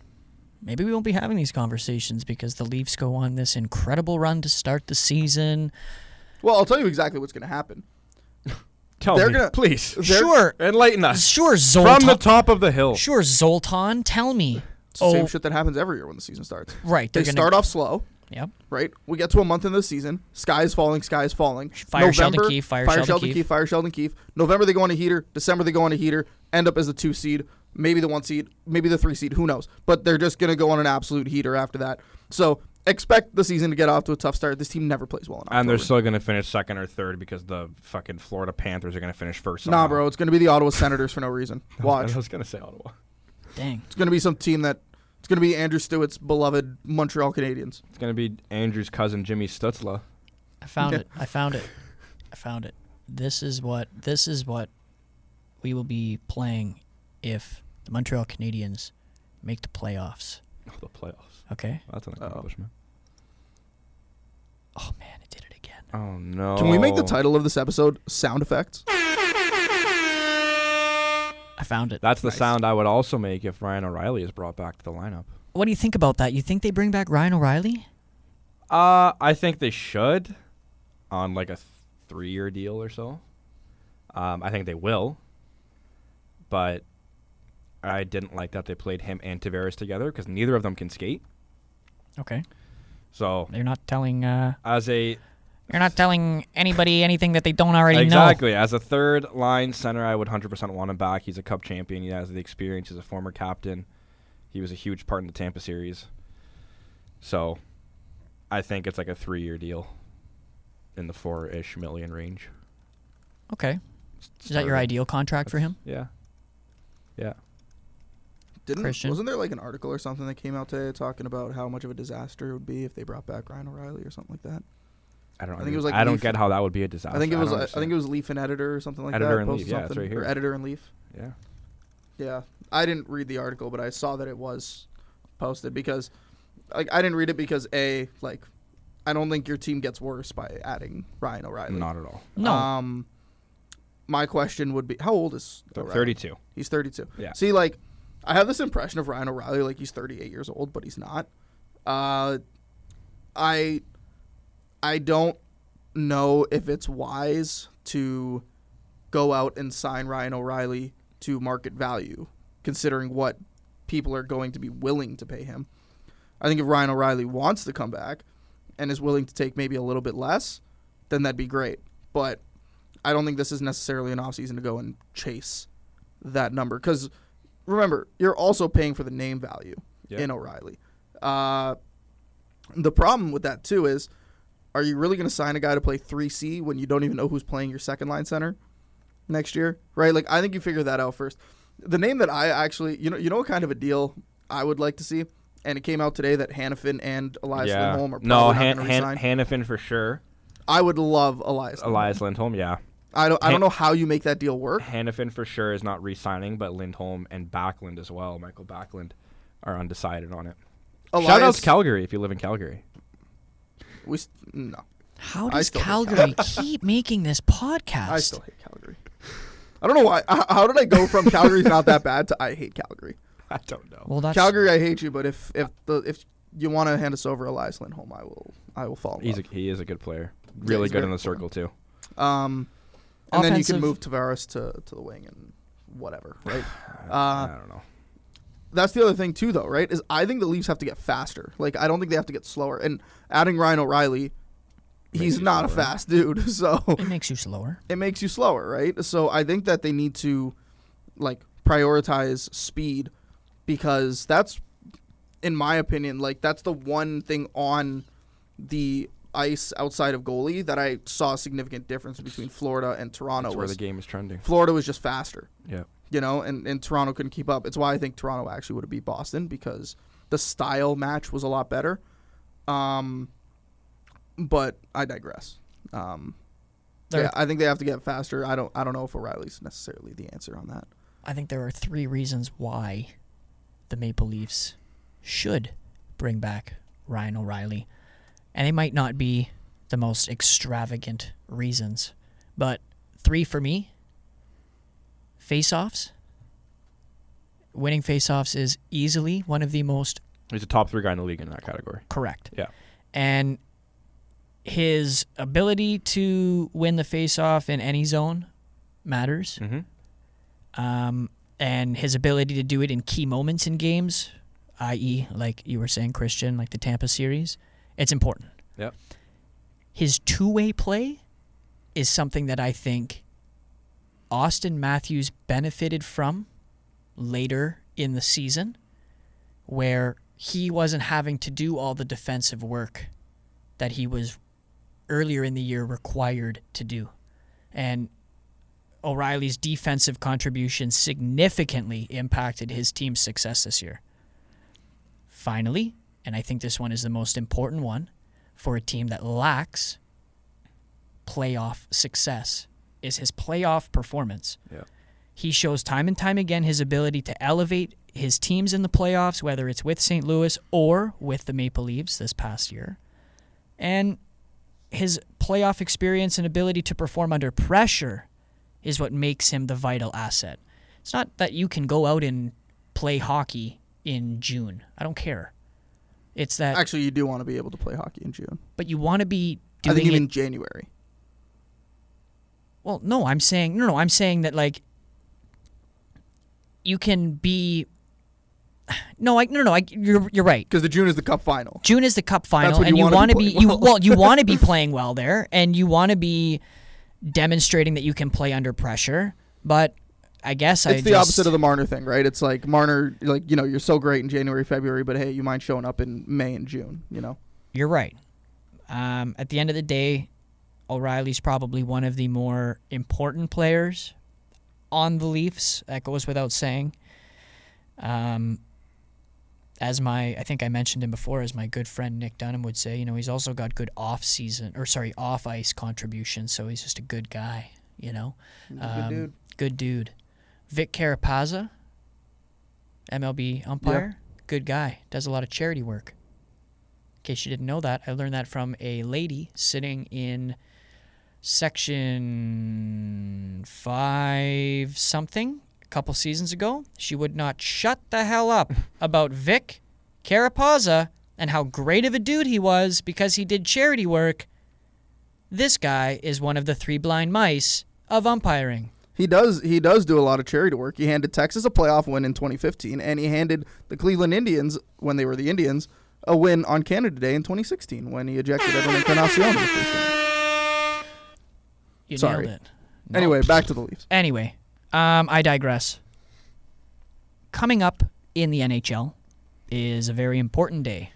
A: Maybe we won't be having these conversations because the Leafs go on this incredible run to start the season.
B: Well, I'll tell you exactly what's going to happen.
C: Tell
B: they're
C: me,
B: gonna-
C: please.
B: They're-
A: sure,
C: Enlighten us.
A: sure, Zoltan.
C: From the top of the hill.
A: sure, Zoltan. Tell me.
B: It's the
A: Oh,
B: same shit that happens every year when the season starts.
A: right. They're gonna,
B: They start off slow,
A: Yep.
B: right? We get to a month into the season. Sky is falling. Sky is falling.
A: Fire Sheldon Keefe, fire Sheldon Keefe.
B: Fire Sheldon Keefe. November they go on a heater. December they go on a heater. End up as the two seed, maybe the one seed, maybe the three seed. Who knows? But they're just gonna go on an absolute heater after that. So expect the season to get off to a tough start. This team never plays well in October.
C: And they're still going to finish second or third because the fucking Florida Panthers are going to finish first.
B: nah,
C: somehow.
B: bro. It's gonna be the Ottawa Senators for no reason. Watch.
C: I was going to say Ottawa.
A: Dang.
B: It's gonna be some team that. It's gonna be Andrew Stewart's beloved Montreal Canadiens.
C: It's going to be Andrew's cousin, Jimmy Stutzla.
A: I found
B: Yeah.
A: it. I found it. I found it. This is what this is what we will be playing if the Montreal Canadiens make the playoffs.
C: Oh, the playoffs.
A: Okay.
C: That's an
B: Uh-oh.
C: accomplishment.
A: Oh man, it did it again.
C: Oh, no.
B: Can we make the title of this episode sound effects?
A: I found it.
C: That's the
B: Nice.
C: sound I would also make if Ryan O'Reilly is brought back to the lineup.
A: What do you think about that? You think they bring back Ryan O'Reilly?
C: Uh, I think they should on like a th- three year deal or so. Um, I think they will. but I didn't like that they played him and Tavares together because neither of them can skate.
A: Okay.
C: So
A: You're not telling. Uh,
C: as a
A: you're not telling anybody anything that they don't already know.
C: exactly as a third line center, I would 100% want him back. He's a Cup champion. He has the experience. He's a former captain. He was a huge part in the Tampa series. So, I think it's like a three-year deal, in the four-ish million range.
A: Okay. Is that your
C: Starting.
A: ideal contract for him?
C: Yeah. Yeah.
B: Didn't
A: Christian?
B: wasn't there like an article or something that came out today talking about how much of a disaster it would be if they brought back Ryan O'Reilly or something like that?
C: I don't.
B: I think it was like
C: I don't
B: Leaf-
C: get how that would be a disaster.
B: I think it was uh, I,
C: don't
B: think
C: understand.
B: it was Leaf and editor or something like
C: Editor
B: that.
C: and
B: posted
C: Leaf, yeah, it's
B: something,
C: right here.
B: Or editor and Leaf.
C: Yeah.
B: Yeah, I didn't read the article, but I saw that it was posted because, like, I didn't read it because a like, I don't think your team gets worse by adding Ryan O'Reilly.
C: Not at all.
A: No.
B: Um, my question would be, how old is O'Reilly?
C: Thirty-two.
B: He's 32.
C: Yeah.
B: See, like, I have this impression of Ryan O'Reilly like he's 38 years old, but he's not. Uh, I, I don't know if it's wise to go out and sign Ryan O'Reilly to market value, considering what people are going to be willing to pay him. I think if Ryan O'Reilly wants to come back and is willing to take maybe a little bit less, then that'd be great. But I don't think this is necessarily an offseason to go and chase that number because remember you're also paying for the name value
C: Yeah.
B: in O'Reilly. Uh, the problem with that too is, are you really going to sign a guy to play three C when you don't even know who's playing your second line center next year, right? Like I think you figure that out first. The name that I actually, you know, you know what kind of a deal I would like to see, and it came out today that Hannafin and Elias
C: yeah.
B: Lindholm are probably
C: no,
B: not
C: Han-
B: gonna
C: Han-
B: resign.
C: Hannafin for sure.
B: I would love Elias. Lindholm.
C: Elias Lindholm. Yeah.
B: I don't. I
C: Han-
B: don't know how you make that deal work.
C: Hannafin for sure is not re-signing, but Lindholm and Backlund as well. Michael Backlund are undecided on it. Shout out
B: Elias-
C: to Calgary if you live in Calgary.
B: We s- no.
A: How
B: I
A: does
B: still hate
A: Calgary keep making this podcast?
B: I still hate Calgary. I don't know why. How how did I go from Calgary's not that bad to I hate Calgary?
C: I don't know.
A: well, that's
B: Calgary, I hate you. But if if the if you want to hand us over Elias Lindholm, I will. I will follow.
C: He's a, he is a good player. Really
B: he's a
C: good
B: very
C: in the
B: good player.
C: circle too.
B: um, and then you can
A: Offensive-
B: move Tavares to to the wing and whatever. Right. Uh,
C: I don't know.
B: That's the other thing too, though. Right? Is I think the Leafs have to get faster. Like I don't think they have to get slower. And adding Ryan O'Reilly, he's
C: you
B: not a
C: slower.
B: fast dude. So
A: it makes you slower.
B: it makes you slower, right? So I think that they need to like prioritize speed because that's in my opinion like that's the one thing on the ice outside of goalie that I saw a significant difference between Florida and Toronto
C: That's where
B: was
C: the game is trending.
B: Florida was just faster,
C: Yeah.
B: you know, and, and Toronto couldn't keep up. It's why I think Toronto actually would have beat Boston because the style match was a lot better. Um, but I digress. Um,
A: There-
B: yeah, I think they have to get faster. I don't. I don't know if O'Reilly's necessarily the answer on that.
A: I think there are three reasons why the Maple Leafs should bring back Ryan O'Reilly. And they might not be the most extravagant reasons, but three for me face offs. Winning face offs is easily one of the most
C: He's a top three guy in the league in that category.
A: correct.
C: Yeah.
A: and his ability to win the faceoff in any zone matters.
C: Mm-hmm.
A: Um, and his ability to do it in key moments in games, i.e., like you were saying, Christian, like the Tampa series, it's important.
C: Yep.
A: His two way play is something that I think Austin Matthews benefited from later in the season, where he wasn't having to do all the defensive work that he was earlier in the year required to do. And O'Reilly's defensive contribution significantly impacted his team's success this year. Finally, and I think this one is the most important one for a team that lacks playoff success, is his playoff performance.
C: Yeah.
A: He shows time and time again his ability to elevate his teams in the playoffs, whether it's with St. Louis or with the Maple Leafs this past year. And his playoff experience and ability to perform under pressure is what makes him the vital asset. It's not that you can go out and play hockey in June. I don't care. It's that,
B: Actually, you do want to be able to play hockey in June.
A: but you want to be
B: I think
A: doing
B: even
A: it
B: in January.
A: Well, no, I'm saying no, no. I'm saying that like you can be. No, I no no. I, you're you're right.
B: Because the June is the cup final.
A: June is the cup final,
B: when
A: and you
B: you
A: want
B: wanna
A: to
B: be
A: be,
B: playing
A: you
B: well.
A: well, you want to be playing well there, and you want to be demonstrating that you can play under pressure. But I guess I
B: It's the
A: just,
B: opposite of the Marner thing, right? It's like Marner, like you know, you're so great in January, February, but hey, you mind showing up in May and June, you know?
A: You're right. Um, at the end of the day, O'Reilly's probably one of the more important players on the Leafs. That goes without saying. Um, as my, I think I mentioned him before, as my good friend Nick Dunham would say, you know, he's also got good off season, or sorry, off ice contributions. So he's just a good guy, you know. Um,
B: dude.
A: Good dude. Vic Carapazza, MLB umpire, good guy. Does a lot of charity work. In case you didn't know that, I learned that from a lady sitting in section five something a couple seasons ago. She would not shut the hell up about Vic Carapazza and how great of a dude he was because he did charity work. This guy is one of the three blind mice of umpiring.
B: He does. He does do a lot of charity work. He handed Texas a playoff win in 2015, and he handed the Cleveland Indians when they were the Indians a win on Canada Day in 2016 when he ejected Edwin Encarnacion. in the first round.
A: You
B: Sorry.
A: nailed it. No.
B: Anyway, back to the Leafs.
A: Anyway, um, I digress. Coming up in the NHL is a very important day.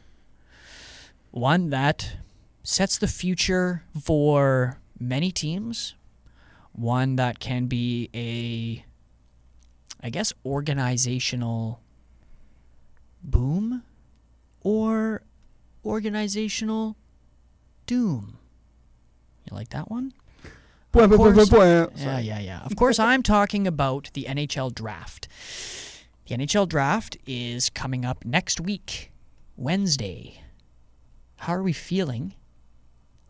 A: One that sets the future for many teams. One that can be a, I guess, organizational boom or organizational doom. You like that one? Of course- yeah, yeah, yeah. Of course, I'm talking about the NHL draft. The NHL draft is coming up next week, Wednesday. How are we feeling?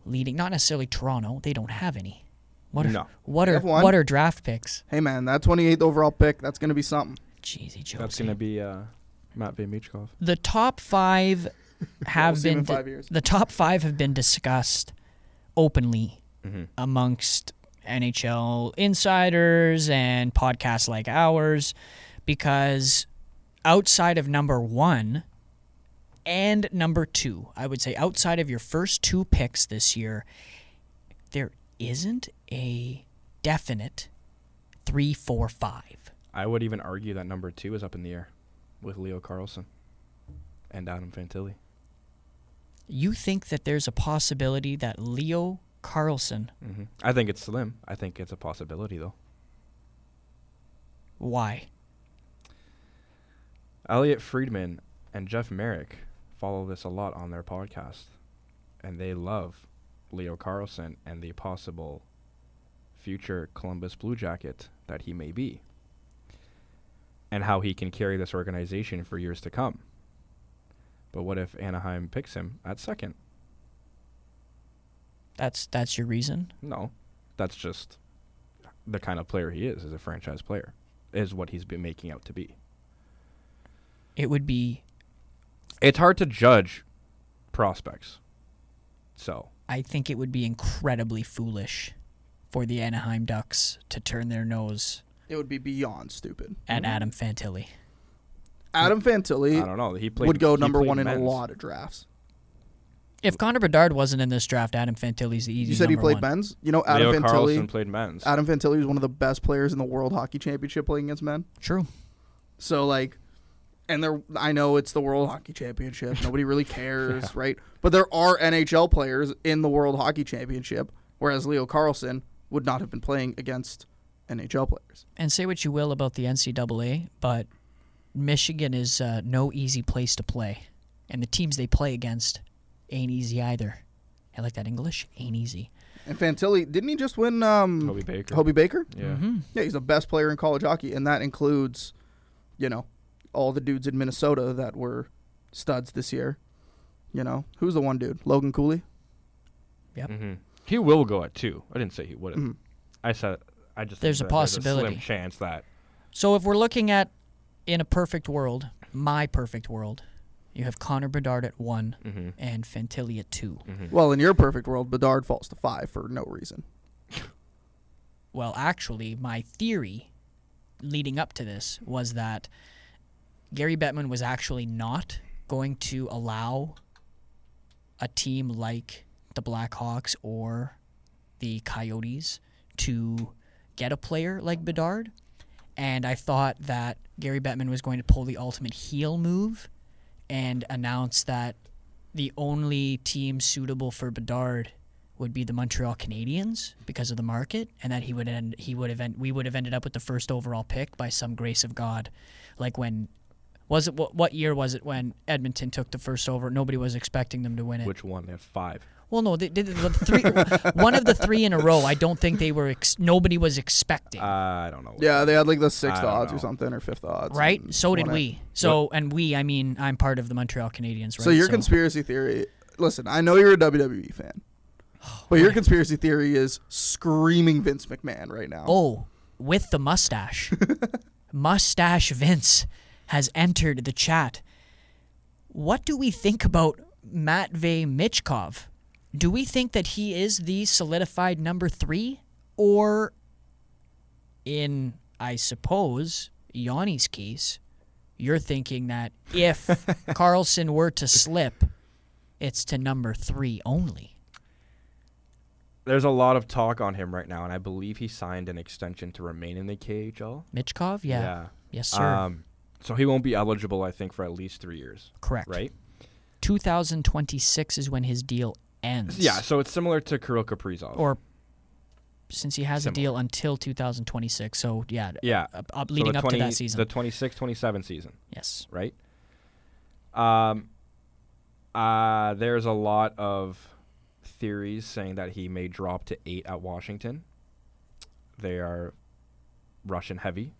A: Leading, not necessarily Toronto. They don't have any. What are
C: No.
A: what are
B: have one.
A: what are draft picks?
B: Hey man, that 28th overall pick. That's gonna be something.
A: Jeezy jokes.
C: That's gonna be uh, Matt Michkov.
A: the top five have
B: We'll see him
A: been
B: in
A: di-
B: five years.
A: the top five have been discussed openly amongst NHL insiders and podcasts like ours because outside of number one and number two, I would say outside of your first two picks this year, there isn't a definite three, four, five.
C: I would even argue that number two is up in the air with Leo Carlson and Adam Fantilli.
A: You think that there's a possibility that Leo Carlson,
C: Mm-hmm. I think it's slim. I think it's a possibility though.
A: why?
C: Elliot Friedman and Jeff Merrick follow this a lot on their podcast, and they love Leo Carlson and the possible future Columbus Blue Jacket that he may be, and how he can carry this organization for years to come. But what if Anaheim picks him at second?
A: That's that's your reason.
C: No, that's just the kind of player he is as a franchise player, is what he's been making out to be.
A: It would be
C: It's hard to judge prospects. So,
A: I think it would be incredibly foolish for the Anaheim Ducks to turn their nose
B: It would be beyond stupid.
A: at Adam Fantilli.
B: Adam
C: I
B: Fantilli
C: don't know. He played
B: would go
C: he
B: number
C: played
B: one in a
C: men's.
B: lot of drafts.
A: If Connor Bedard wasn't in this draft, Adam Fantilli's the easy
B: You said he
A: number
B: played
A: one.
B: men's. You know,
C: Leo
B: Adam
C: Carlson
B: Fantilli.
C: played men's.
B: Adam Fantilli was one of the best players in the World Hockey Championship playing against men.
A: True.
B: So like, and there, I know it's the World Hockey Championship. Nobody really cares, right? But there are NHL players in the World Hockey Championship, whereas Leo Carlson would not have been playing against NHL players.
A: And say what you will about the NCAA, but Michigan is uh, no easy place to play, and the teams they play against ain't easy either. I like that English. Ain't easy.
B: And Fantilli didn't he just win? Um,
C: Hobie Baker.
B: Hobie Baker.
C: yeah.
B: Yeah, he's the best player in college hockey, and that includes, you know, all the dudes in Minnesota that were studs this year. You know, who's the one dude? Logan Cooley.
A: Mm-hmm.
C: hmm He will go at two. I didn't say he wouldn't.
B: Mm-hmm.
C: I said I just think
A: There's a
C: that There's
A: possibility.
C: a slim chance that
A: So if we're looking at in a perfect world, my perfect world, you have Connor Bedard at one and Fantilli at 2
B: Well, in your perfect world, Bedard falls to five for no reason.
A: Well, actually, my theory leading up to this was that Gary Bettman was actually not going to allow a team like the Blackhawks or the Coyotes to get a player like Bedard. And I thought that Gary Bettman was going to pull the ultimate heel move and announce that the only team suitable for Bedard would be the Montreal Canadiens because of the market, and that he would end he would have end, we would have ended up with the first overall pick by some grace of God, like when was it what, what year was it when Edmonton took the first over? Nobody was expecting them to win it.
C: Which one? They have five.
A: Well, no, they did the three one of the three in a row. I don't think they were ex- nobody was expecting.
C: I don't know. what-
B: Yeah, they had like the sixth
C: I don't
B: odds or
C: know.
B: something or fifth odds.
A: Right?
B: and
A: So did
B: won it.
A: we. So and we, I mean, I'm part of the Montreal Canadiens, right?
B: So your conspiracy theory. Listen, I know you're a WWE fan, but your conspiracy theory is screaming Vince McMahon right now.
A: Oh, with the mustache. mustache Vince has entered the chat. What do we think about Matvey Michkov? Do we think that he is the solidified number three? Or, in, I suppose, Yanni's case, you're thinking that if Carlson were to slip, it's to number three only.
C: There's a lot of talk on him right now, and I believe he signed an extension to remain in the KHL.
A: Michkov? Yeah. Uh, Yes, sir.
C: Um, so he won't be eligible, I think, for at least three years,
A: Correct.
C: right?
A: 2026 is when his deal ends.
C: Yeah. So it's similar to Kirill Kaprizov.
A: Or since he has
C: Similar.
A: a deal until 2026, so yeah,
C: yeah.
A: up, up
C: So
A: uh, leading
C: the
A: up to
C: 20
A: that season.
C: the 26-27 season.
A: yes.
C: right? Um, uh, there's a lot of theories saying that he may drop to eight at Washington. They are Russian heavy.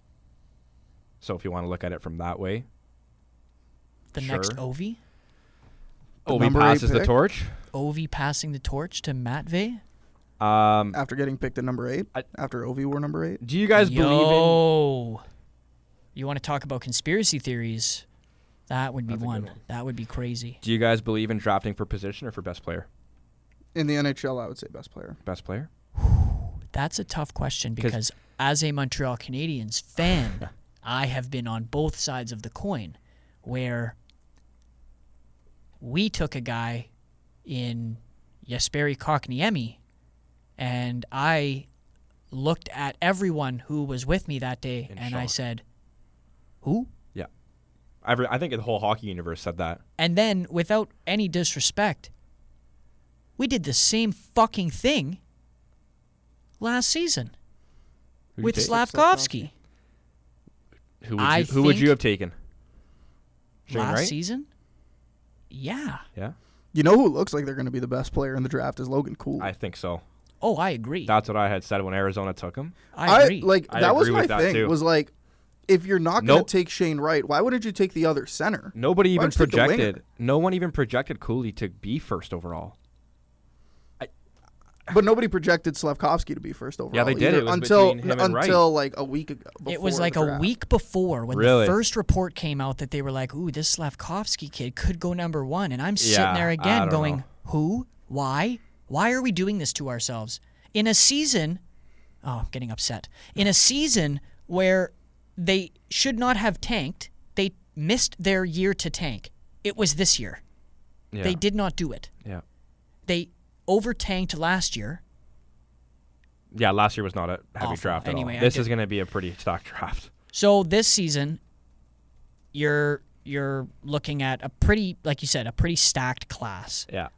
C: So if you want to look at it from that way,
A: The next
C: Sure.
A: Ovi,
B: The
C: Obi
B: number eight
C: passes the
B: pick?
C: torch.
A: Ovi passing the torch to Matvey.
C: Um,
B: After getting picked at number eight,
C: I-
B: after Ovi were number eight.
C: do you guys believe
A: Yo, you want to talk about conspiracy theories? That would be
C: That's a good
A: one.
C: one.
A: That would be crazy.
C: in? Do you guys believe in drafting for position or for best player?
B: In the NHL, I would say best player.
C: Best player.
A: That's a tough question
C: 'Cause-
A: because as a Montreal Canadiens fan, I have been on both sides of the coin where we took a guy in Jesperi Kotkaniemi and I looked at everyone who was with me that day
C: In
A: and I
C: shock.
A: said, "Who?"
C: Every, I think the whole hockey universe said that.
A: And then without any disrespect, we did the same fucking thing last season
C: Who'd you
A: with
C: take?
A: Slavkovsky.
C: who would,
A: I
C: you, who would you
A: think-
C: have taken? Shane
A: last
C: Wright?
A: season? Yeah.
C: Yeah,
B: You know who looks like they're going to be the best player in the draft is Logan Cool.
C: I think so.
A: Oh, I agree.
C: That's what I had said when Arizona took him.
A: I agree.
B: like
C: I
B: that was
C: agree with
B: my
C: that,
B: thing.
C: too.
B: Was like, if you're not going to
C: Nope.
B: take Shane Wright, why wouldn't you take the other center?
C: Nobody
B: Why
C: even
B: don't you take the winger?
C: projected. No one even projected Cooley to be first overall.
B: But nobody projected Slavkovsky to be first overall.
C: they did.
B: either
C: It was
B: until
C: between him and Wright.
B: until like a week ago.
A: it was
B: before
A: like
B: the
A: a
B: draft.
A: week before when the
C: Really?
A: first report came out that they were like, ooh, this Slavkovsky kid could go number one. And I'm
C: Yeah,
A: sitting there
C: I
A: again
C: don't
A: going,
C: know.
A: who? Why? Why are we doing this to ourselves? In a season, oh, I'm getting upset. In a season where they should not have tanked, they missed their year to tank. It was this year.
C: Yeah.
A: They did not do it.
C: Yeah.
A: They overtanked last year.
C: Yeah, last year was not a heavy
A: Awful.
C: draft at
A: Anyway, I
C: all. This
A: did-
C: is going to be a pretty stock draft.
A: So this season, you're you're looking at a pretty, like you said, a pretty stacked class.
C: Yeah.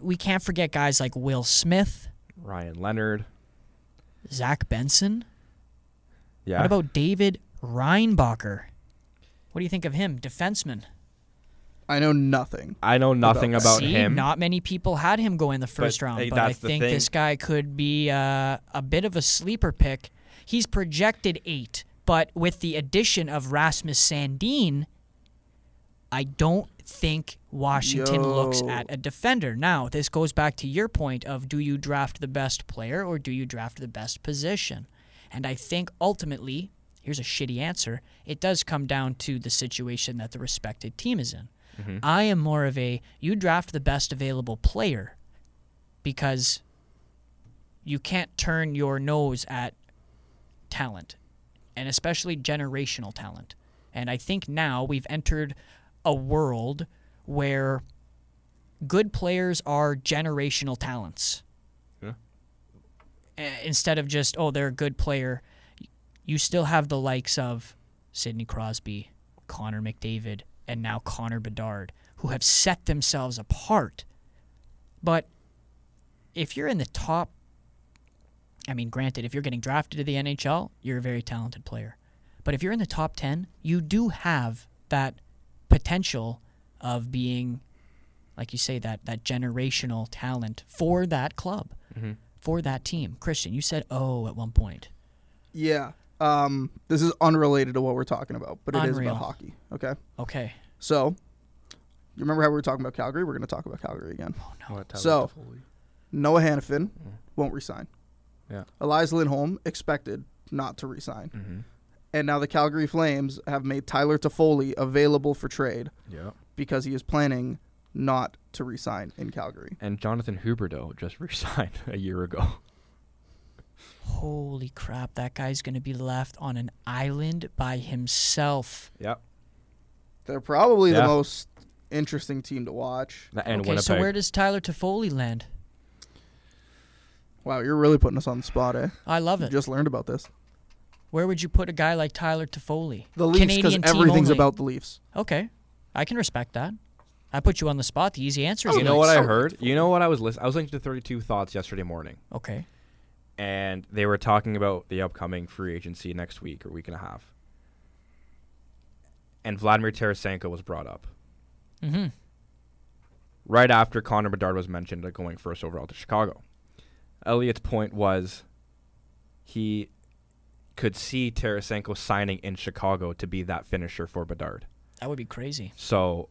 A: We can't forget guys like Will Smith,
C: Ryan Leonard.
A: Zach Benson.
C: Yeah.
A: What about David Reinbacher? What do you think of him, defenseman?
B: I know nothing.
C: I know nothing
B: about
C: about
A: See,
C: him.
A: not many people had him go in the first round,
C: hey,
A: but I
C: that's the
A: think
C: thing.
A: this guy could be uh, a bit of a sleeper pick. He's projected eight, but with the addition of Rasmus Sandin, I don't think Washington looks
B: Yo.
A: at a defender. Now, this goes back to your point of do you draft the best player or do you draft the best position? And I think ultimately, here's a shitty answer, it does come down to the situation that the respected team is in. I am more of a you draft the best available player because you can't turn your nose at talent. and especially generational talent. And I think now we've entered a world where good players are generational talents.
C: Yeah.
A: I- Instead of just, oh, they're a good player, you still have the likes of Sidney Crosby, Connor McDavid, and now Connor Bedard, who have set themselves apart. But if you're in the top, I mean, granted, if you're getting drafted to the NHL, you're a very talented player. But if you're in the top 10, you do have that potential of being, like you say, that, that generational talent for that club,
C: Mm-hmm.
A: for that team. Christian, you said, oh, at one point.
B: Yeah. Um, this is unrelated to what we're talking about, but it is
A: Unreal.
B: about hockey. Okay.
A: Okay.
B: So, you remember how we were talking about Calgary? We're going to talk about Calgary again.
C: Oh,
B: So- Noah Hannafin won't resign.
C: Mm-hmm. Yeah.
B: Elias Lindholm expected not to resign.
C: Mm-hmm.
B: And now the Calgary Flames have made Tyler Toffoli available for trade
C: Yeah.
B: because he is planning not to resign in Calgary.
C: And Jonathan Huberdeau just resigned a year ago.
A: Holy crap, that guy's going to be left on an island by himself.
C: Yeah.
B: They're probably
C: Yeah.
B: the most interesting team to watch.
C: And
A: okay,
C: Winnipeg.
A: so where does Tyler Toffoli land?
B: Wow, you're really putting us on the spot, eh?
A: I love it.
B: Just learned about this.
A: Where would you put a guy like Tyler Toffoli?
B: The Leafs, because
A: Canadian team
B: everything's
A: only.
B: about the Leafs.
A: Okay, I can respect that. I put you on the spot. The easy answer is
C: you know what
A: Leafs.
C: I heard? You know what I was listening? I was listening to 32 Thoughts yesterday morning,
A: Okay,
C: and they were talking about the upcoming free agency next week or week and a half. And Vladimir Tarasenko was brought up
A: hmm
C: right after Connor Bedard was mentioned at going first overall to Chicago. Elliot's point was he could see Tarasenko signing in Chicago to be that finisher for Bedard.
A: that would be crazy.
C: So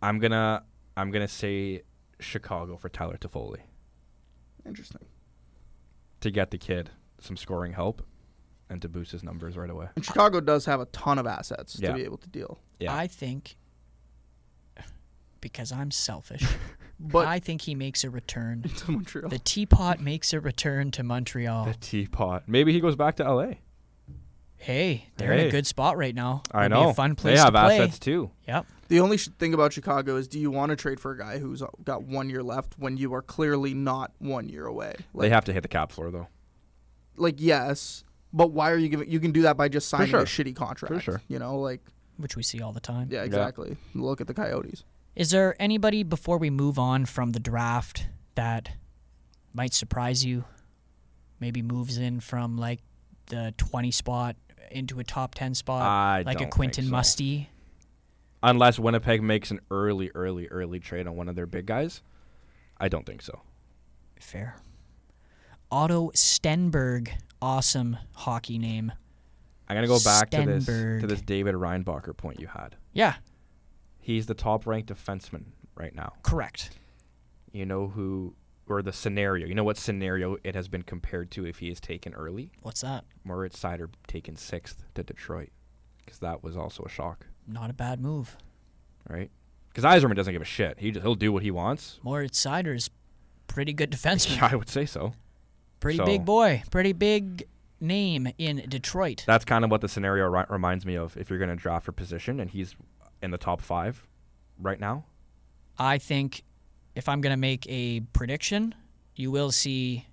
C: I'm gonna I'm gonna say Chicago for Tyler Toffoli
B: Interesting.
C: to get the kid some scoring help and to boost his numbers right away.
B: And Chicago does have a ton of assets
C: Yeah.
B: to be able to deal.
C: Yeah.
A: I think because I'm selfish,
B: But
A: I think he makes a return.
B: to Montreal.
A: The teapot makes a return to Montreal.
C: The teapot. Maybe he goes back to LA.
A: hey, they're in
C: Hey.
A: a good spot right now.
C: I
A: Would
C: know.
A: Be a fun place
C: they have
A: to play.
C: assets too.
A: Yep.
B: The only sh- thing about Chicago is do you want to trade for a guy who's uh, got one year left when you are clearly not one year away? Like,
C: they have to hit the cap floor though.
B: like yes, but why are you giving? You can do that by just signing a
C: sure.
B: shitty contract.
C: For sure.
B: You know, like
A: Which we see all the time.
B: yeah, exactly. Look at the Coyotes.
A: Is there anybody before we move on from the draft that might surprise you? Maybe moves in from like the 20 spot into a top 10 spot,
C: I
A: Uh, like
C: don't
A: a
C: think
A: Quinton
C: so.
A: Musty.
C: Unless Winnipeg makes an early, early, early trade on one of their big guys. I don't think so.
A: Fair. Otto Stenberg, awesome hockey name.
C: I'm gonna go back to this to
A: Stenberg.
C: this David Reinbacher point you had.
A: Yeah,
C: He's the top ranked defenseman right now.
A: correct.
C: You know who or the scenario. You know what scenario it has been compared to if he is taken early?
A: What's that?
C: Moritz Sider taken sixth to Detroit, because that was also a shock,
A: Not a bad move.
C: right? Because Eiserman doesn't give a shit. He just, he'll do what he wants.
A: Moritz Sider is pretty good defenseman.
C: Yeah, I would say so.
A: pretty
C: so-
A: big boy. Pretty big name in Detroit.
C: That's kind of what the scenario ri- reminds me of. If you're going to draft for position, and he's in the top five right now,
A: I think if I'm going to make a prediction, you will see,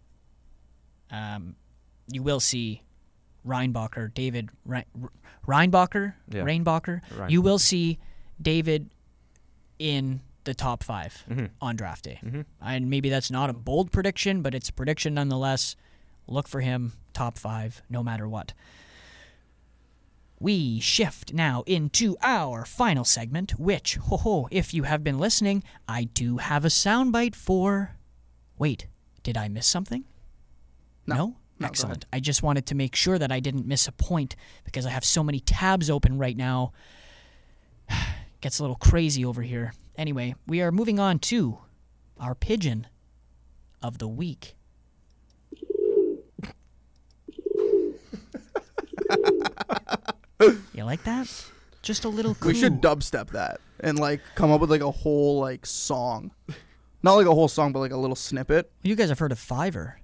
A: um, you will see Reinbacher, David Rein- Reinbacher,
C: Yeah.
A: Reinbacher.
C: Rein-
A: You will see David in the top 5 on draft day, and maybe that's not a bold prediction, but it's a prediction nonetheless. Look for him top five, no matter what. We shift now into our final segment, which, ho ho, if you have been listening, I do have a soundbite for. Wait, did I miss something? No.
B: go
A: Excellent. I just wanted to make sure that I didn't miss a point because I have so many tabs open right now. Gets a little crazy over here. Anyway, we are moving on to our pigeon of the week. You like that? Just a little cool.
B: We should dubstep that and like come up with like a whole like song, not like a whole song, but like a little snippet
A: You guys have heard of Fiverr.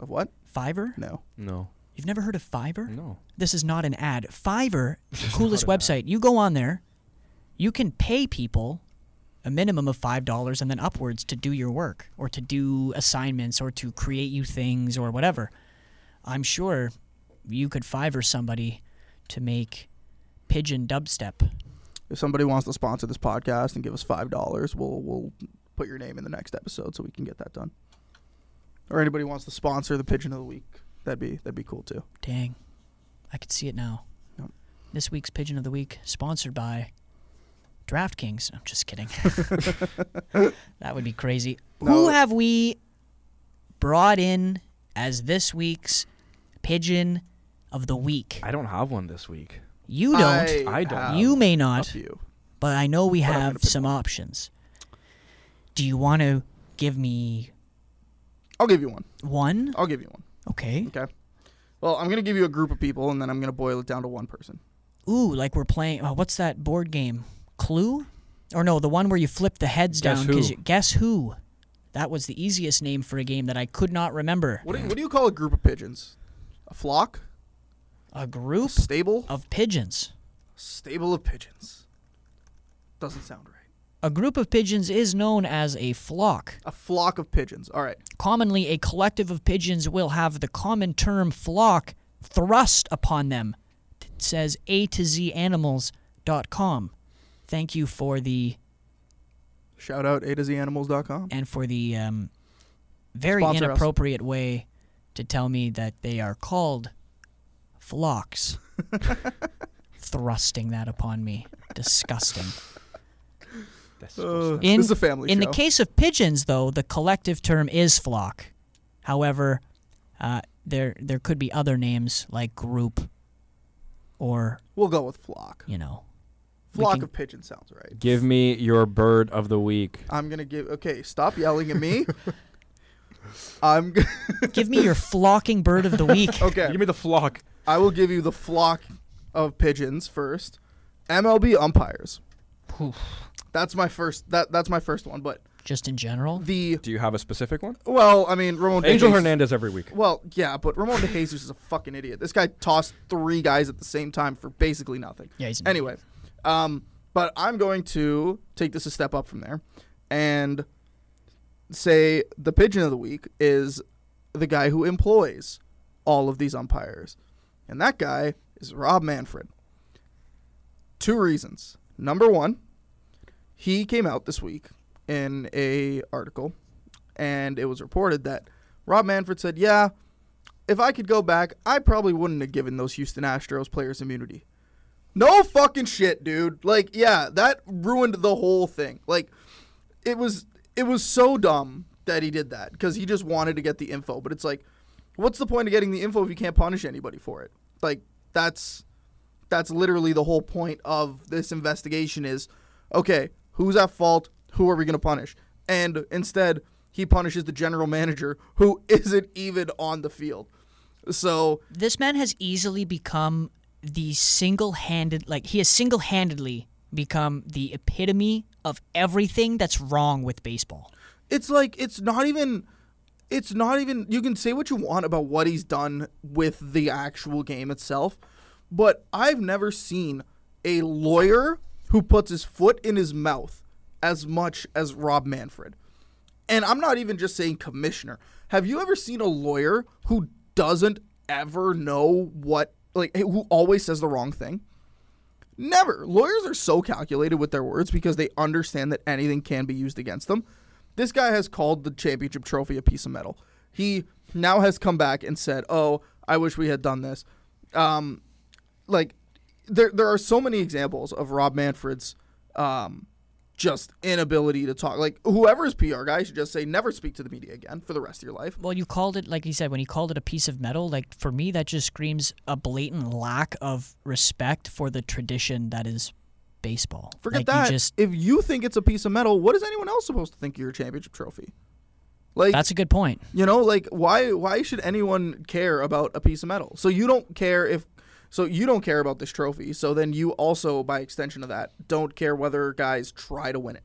B: of what?
A: Fiverr?
B: No,
C: no.
A: You've never heard of Fiverr?
C: No.
A: This is not an ad. Fiverr,
C: This is
A: coolest
C: not an
A: website. You go on there, you can pay people a minimum of $5 and then upwards to do your work or to do assignments or to create you things or whatever. I'm sure you could Fiverr somebody to make pigeon dubstep.
B: If somebody wants to sponsor this podcast and give us five dollars, we'll we'll put your name in the next episode so we can get that done. Or anybody wants to sponsor the pigeon of the week, that'd be that'd be cool too.
A: Dang. I could see it now.
B: Yep.
A: This week's Pigeon of the Week, sponsored by DraftKings. I'm just kidding. that would be crazy. Who
B: No.
A: have we brought in as this week's Pigeon of the Week?
C: I don't have one this week.
A: You don't.
C: I don't.
B: have
A: you may
B: a
A: not,
B: few.
A: but I know we
B: But I'm gonna
A: have
B: pick
A: some options. Do you want to give me
B: I'll give you one.
A: one?
B: I'll give you one.
A: Okay.
B: Okay. Well, I'm gonna give you a group of people and then I'm gonna boil it down to one person.
A: Ooh, like we're playing. Oh, what's that board game? Clue? Or no, the one where you flip the heads
C: Guess
A: down. 'cause
C: Who.
A: You, guess who? That was the easiest name for a game that I could not remember.
B: What do you, what do you call a group of pigeons? A flock?
A: A group
B: Stable?
A: of pigeons.
B: Stable of pigeons. Doesn't sound right.
A: A group of pigeons is known as a flock.
B: A flock of pigeons. All right.
A: Commonly, a collective of pigeons will have the common term flock thrust upon them. It says A to Z animals.com. Thank you for the
B: Shout out A to Z animals.com.
A: and for the um, very
B: Sponsor us.
A: inappropriate way to tell me that they are called flocks. thrusting that upon me. Disgusting.
C: That's
B: Uh,
C: disgusting.
A: In-
B: this is a family
A: In
B: show.
A: the case of pigeons, though, the collective term is flock. However, uh, there there could be other names like group, or
B: we'll go with flock.
A: you know, we
B: Flock
A: can-
B: of pigeons sounds right.
C: Give me your bird of the week.
B: I'm gonna give. Okay, stop yelling at me. I'm g-
A: give me your flocking bird of the week.
B: okay.
C: Give me the flock.
B: I will give you the flock of pigeons first. MLB umpires.
A: Oof.
B: That's my first. That that's my first one. But
A: Just in general,
B: the
C: Do you have a specific one?
B: well, I mean Ramon. De
C: Angel
B: Jesus-
C: Hernandez every week.
B: Well, yeah, but Ramon De Jesus is a fucking idiot. This guy tossed three guys at the same time for basically nothing.
A: yeah, he's an
B: Anyway, um, but I'm going to take this a step up from there and say the pigeon of the week is the guy who employs all of these umpires. And that guy is Rob Manfred. Two reasons. Number one, he came out this week in a article and it was reported that Rob Manfred said, "Yeah, if I could go back, I probably wouldn't have given those Houston Astros players immunity." No fucking shit, dude. Like, yeah, that ruined the whole thing. Like, it was it was so dumb that he did that because he just wanted to get the info. But it's like, what's the point of getting the info if you can't punish anybody for it? Like, that's that's literally the whole point of this investigation is, okay, who's at fault? Who are we gonna punish? And instead, he punishes the general manager who isn't even on the field. So
A: this man has easily become the single-handed like he has single-handedly become the epitome of everything that's wrong with baseball
B: it's like it's not even it's not even you can say what you want about what he's done with the actual game itself but i've never seen a lawyer who puts his foot in his mouth as much as rob manfred and i'm not even just saying commissioner have you ever seen a lawyer who doesn't ever know what like who always says the wrong thing Never. Lawyers are so calculated with their words because they understand that anything can be used against them. This guy has called the championship trophy a piece of metal. He now has come back and said, "Oh, I wish we had done this." Um, like there there are so many examples of Rob Manfred's um, just inability to talk. Like whoever's PR guy should just say, "Never speak to the media again for the rest of your life."
A: well you called it like he said when he called it a piece of metal like for me that just screams a blatant lack of respect for the tradition that is baseball
B: Forget
A: Like, you
B: that.
A: just-
B: if you think it's a piece of metal, what is anyone else supposed to think of your championship trophy? Like
A: that's a good point
B: You know, like why why should anyone care about a piece of metal? So you don't care if so you don't care about this trophy. So then you also by extension of that don't care whether guys try to win it.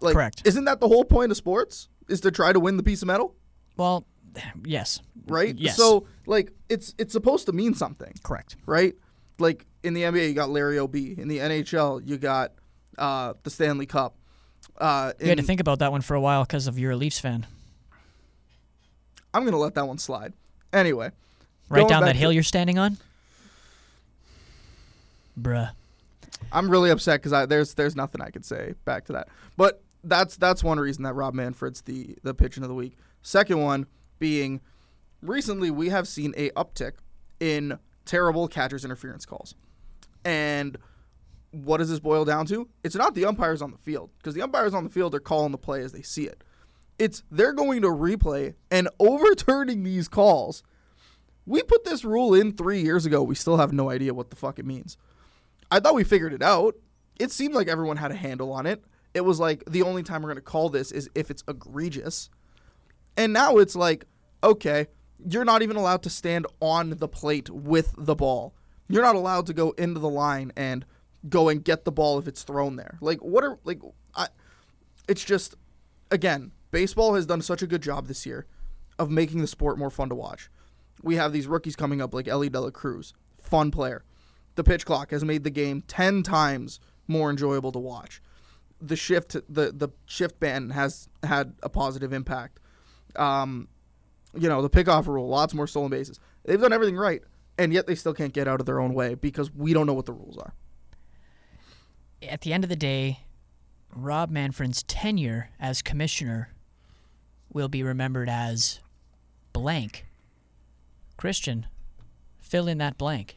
B: Like
A: Correct.
B: isn't that the whole point of sports? Is to try to win the piece of metal?
A: well Yes.
B: right?
A: Yes.
B: So like it's it's supposed to mean something,
A: Correct.
B: right? Like in the NBA you got Larry O'B. In the NHL you got uh, the Stanley Cup. Uh,
A: We had to
B: in-
A: think about that one for a while because of you're a Leafs fan.
B: I'm gonna let that one slide. Anyway,
A: Right
B: Going
A: down
B: back
A: that
B: to-
A: hill you're standing on? Bruh.
B: I'm really upset because I there's there's nothing I could say back to that. But that's that's one reason that Rob Manfred's the the pitching of the week. Second one being recently we have seen a uptick in terrible catchers interference calls. And what does this boil down to? It's not the umpires on the field because the umpires on the field are calling the play as they see it. It's they're going to replay and overturning these calls. We put this rule in 3 years ago. We still have no idea what the fuck it means. I thought we figured it out. It seemed like everyone had a handle on it. It was like the only time we're going to call this is if it's egregious. And now it's like, okay, you're not even allowed to stand on the plate with the ball. You're not allowed to go into the line and go and get the ball if it's thrown there. Like what are like I it's just again, baseball has done such a good job this year of making the sport more fun to watch. We have these rookies coming up like Ellie Dela Cruz, fun player. The pitch clock has made the game 10 times more enjoyable to watch. The shift the the shift ban has had a positive impact. Um, you know, the pickoff rule, lots more stolen bases. They've done everything right, and yet they still can't get out of their own way because we don't know what the rules are.
A: At the end of the day, Rob Manfred's tenure as commissioner will be remembered as blank. Christian, fill in that blank.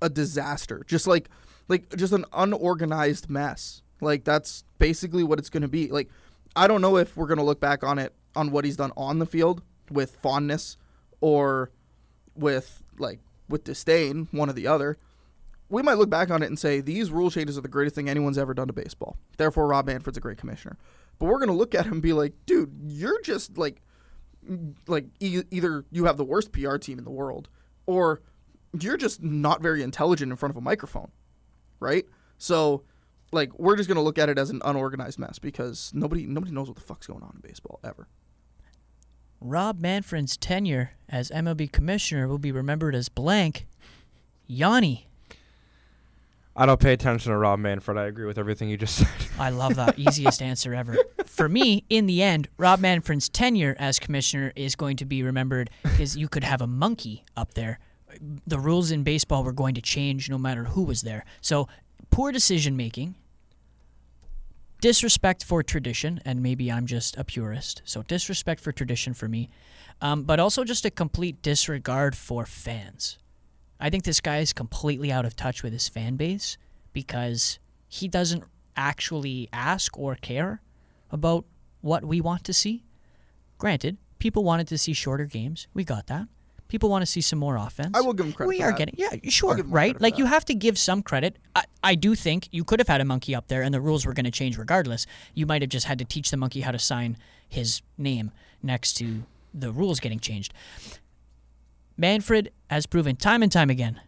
B: a disaster. Just like like just an unorganized mess. Like that's basically what it's going to be. Like I don't know if we're going to look back on it on what he's done on the field with fondness or with like with disdain, one or the other. We might look back on it and say these rule changes are the greatest thing anyone's ever done to baseball. Therefore Rob Manfred's a great commissioner. But we're going to look at him and be like, "Dude, you're just like like e- either you have the worst PR team in the world or you're just not very intelligent in front of a microphone, right? So like we're just going to look at it as an unorganized mess because nobody nobody knows what the fuck's going on in baseball ever.
A: Rob Manfred's tenure as MLB commissioner will be remembered as blank. Yanni.
C: I don't pay attention to Rob Manfred. I agree with everything you just said.
A: I love that. Easiest answer ever. For me, in the end, Rob Manfred's tenure as commissioner is going to be remembered because you could have a monkey up there. The rules in baseball were going to change no matter who was there. So, poor decision making, disrespect for tradition, and maybe I'm just a purist. So, disrespect for tradition for me, um, but also just a complete disregard for fans. I think this guy is completely out of touch with his fan base because he doesn't actually ask or care about what we want to see. Granted, people wanted to see shorter games. We got that. People want to see some more offense.
B: I will give him credit
A: We
B: for
A: are
B: that.
A: getting yeah, sure,
B: give him
A: right?
B: credit for
A: Like you
B: that.
A: have to give some credit. I, I do think you could have had a monkey up there and the rules were going to change regardless. You might have just had to teach the monkey how to sign his name next to the rules getting changed. Manfred has proven time and time again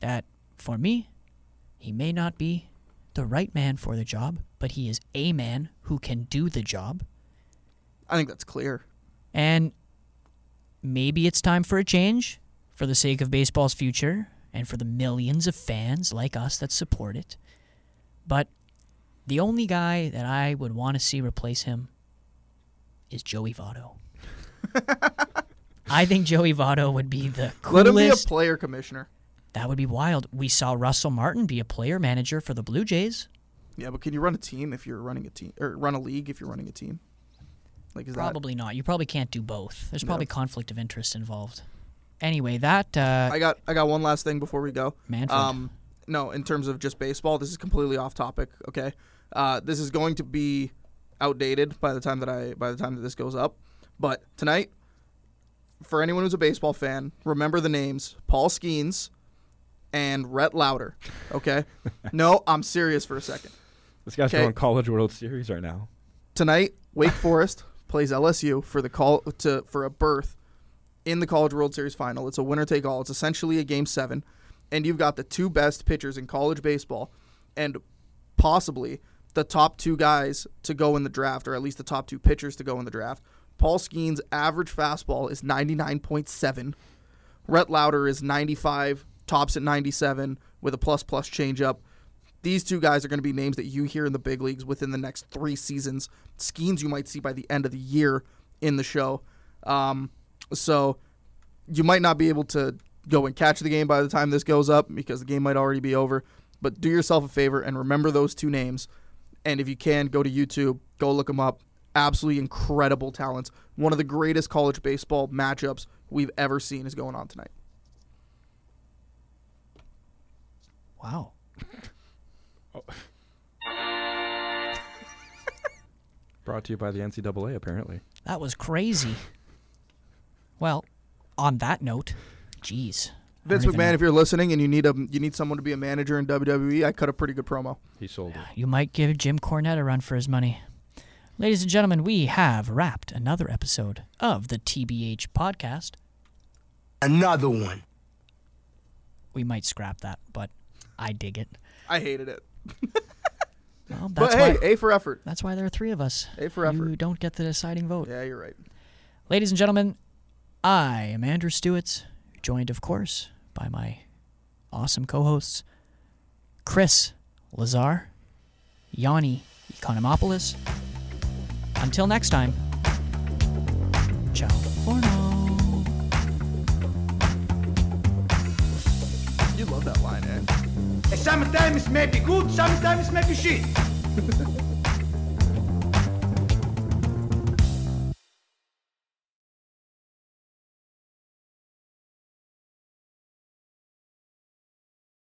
A: that for me, he may not be the right man for the job, but he is a man who can do the job.
B: I think that's clear.
A: And maybe it's time for a change for the sake of baseball's future and for the millions of fans like us that support it. But the only guy that I would want to see replace him is Joey Votto. I think Joey Votto would be the coolest.
B: Let him be a player commissioner.
A: that would be wild. We saw Russell Martin be a player manager for the Blue Jays.
B: Yeah, but can you run a team if you're running a team or run a league if you're running a team? Like is
A: Probably not. You probably can't do both. There's probably conflict of interest involved. Anyway, that uh,
B: that I got I got one last thing before we go.
A: Manfred.
B: Um, no, in terms of just baseball, this is completely off topic. Okay, uh, this is going to be outdated by the time that I by the time that this goes up. But tonight, for anyone who's a baseball fan, remember the names Paul Skeens and Rhett Louder. Okay, no, I'm serious for a second.
C: This guy's
B: 'Kay.
C: going College World Series right now.
B: Tonight, Wake Forest plays LSU for the call to for a berth in the College World Series final. It's a winner take all. It's essentially a game seven, and you've got the two best pitchers in college baseball, and possibly the top two guys to go in the draft, or at least the top two pitchers to go in the draft Paul Skeen's average fastball is 99.7. Rhett Louder is 95. Tops at 97 with a plus plus changeup. These two guys are going to be names that you hear in the big leagues within the next three seasons. Skeens you might see by the end of the year in the show. Um, so you might not be able to go and catch the game by the time this goes up because the game might already be over. But do yourself a favor and remember those two names. And if you can, go to YouTube, go look them up. Absolutely incredible talents. One of the greatest college baseball matchups we've ever seen is going on tonight.
A: Wow.
C: Brought to you by the NCAA, apparently.
A: That was crazy. Well, on that note, jeez. I
B: Vince
A: don't even
B: McMahon,
A: know.
B: if you're listening and you need a you need someone to be a manager in WWE, I cut a pretty good promo.
C: He sold it.
A: You might give Jim Cornette a run for his money. Ladies and gentlemen, we have wrapped another episode of the TBH podcast.
D: Another one.
A: We might scrap that, but I dig it.
B: I hated it,
A: Well, that's
B: but hey,
A: why
B: A for effort.
A: that's why there are three of us.
B: A for effort.
A: You don't get the deciding vote.
B: Yeah, you're right.
A: Ladies and gentlemen, I am Andrew Stewitz, joined, of course, by my awesome co hosts, Chris Lazar, Yanni Economopoulos. Until next time, ciao for now.
B: You love that line, eh?
D: Sometimes it may be good, sometimes it may be shit.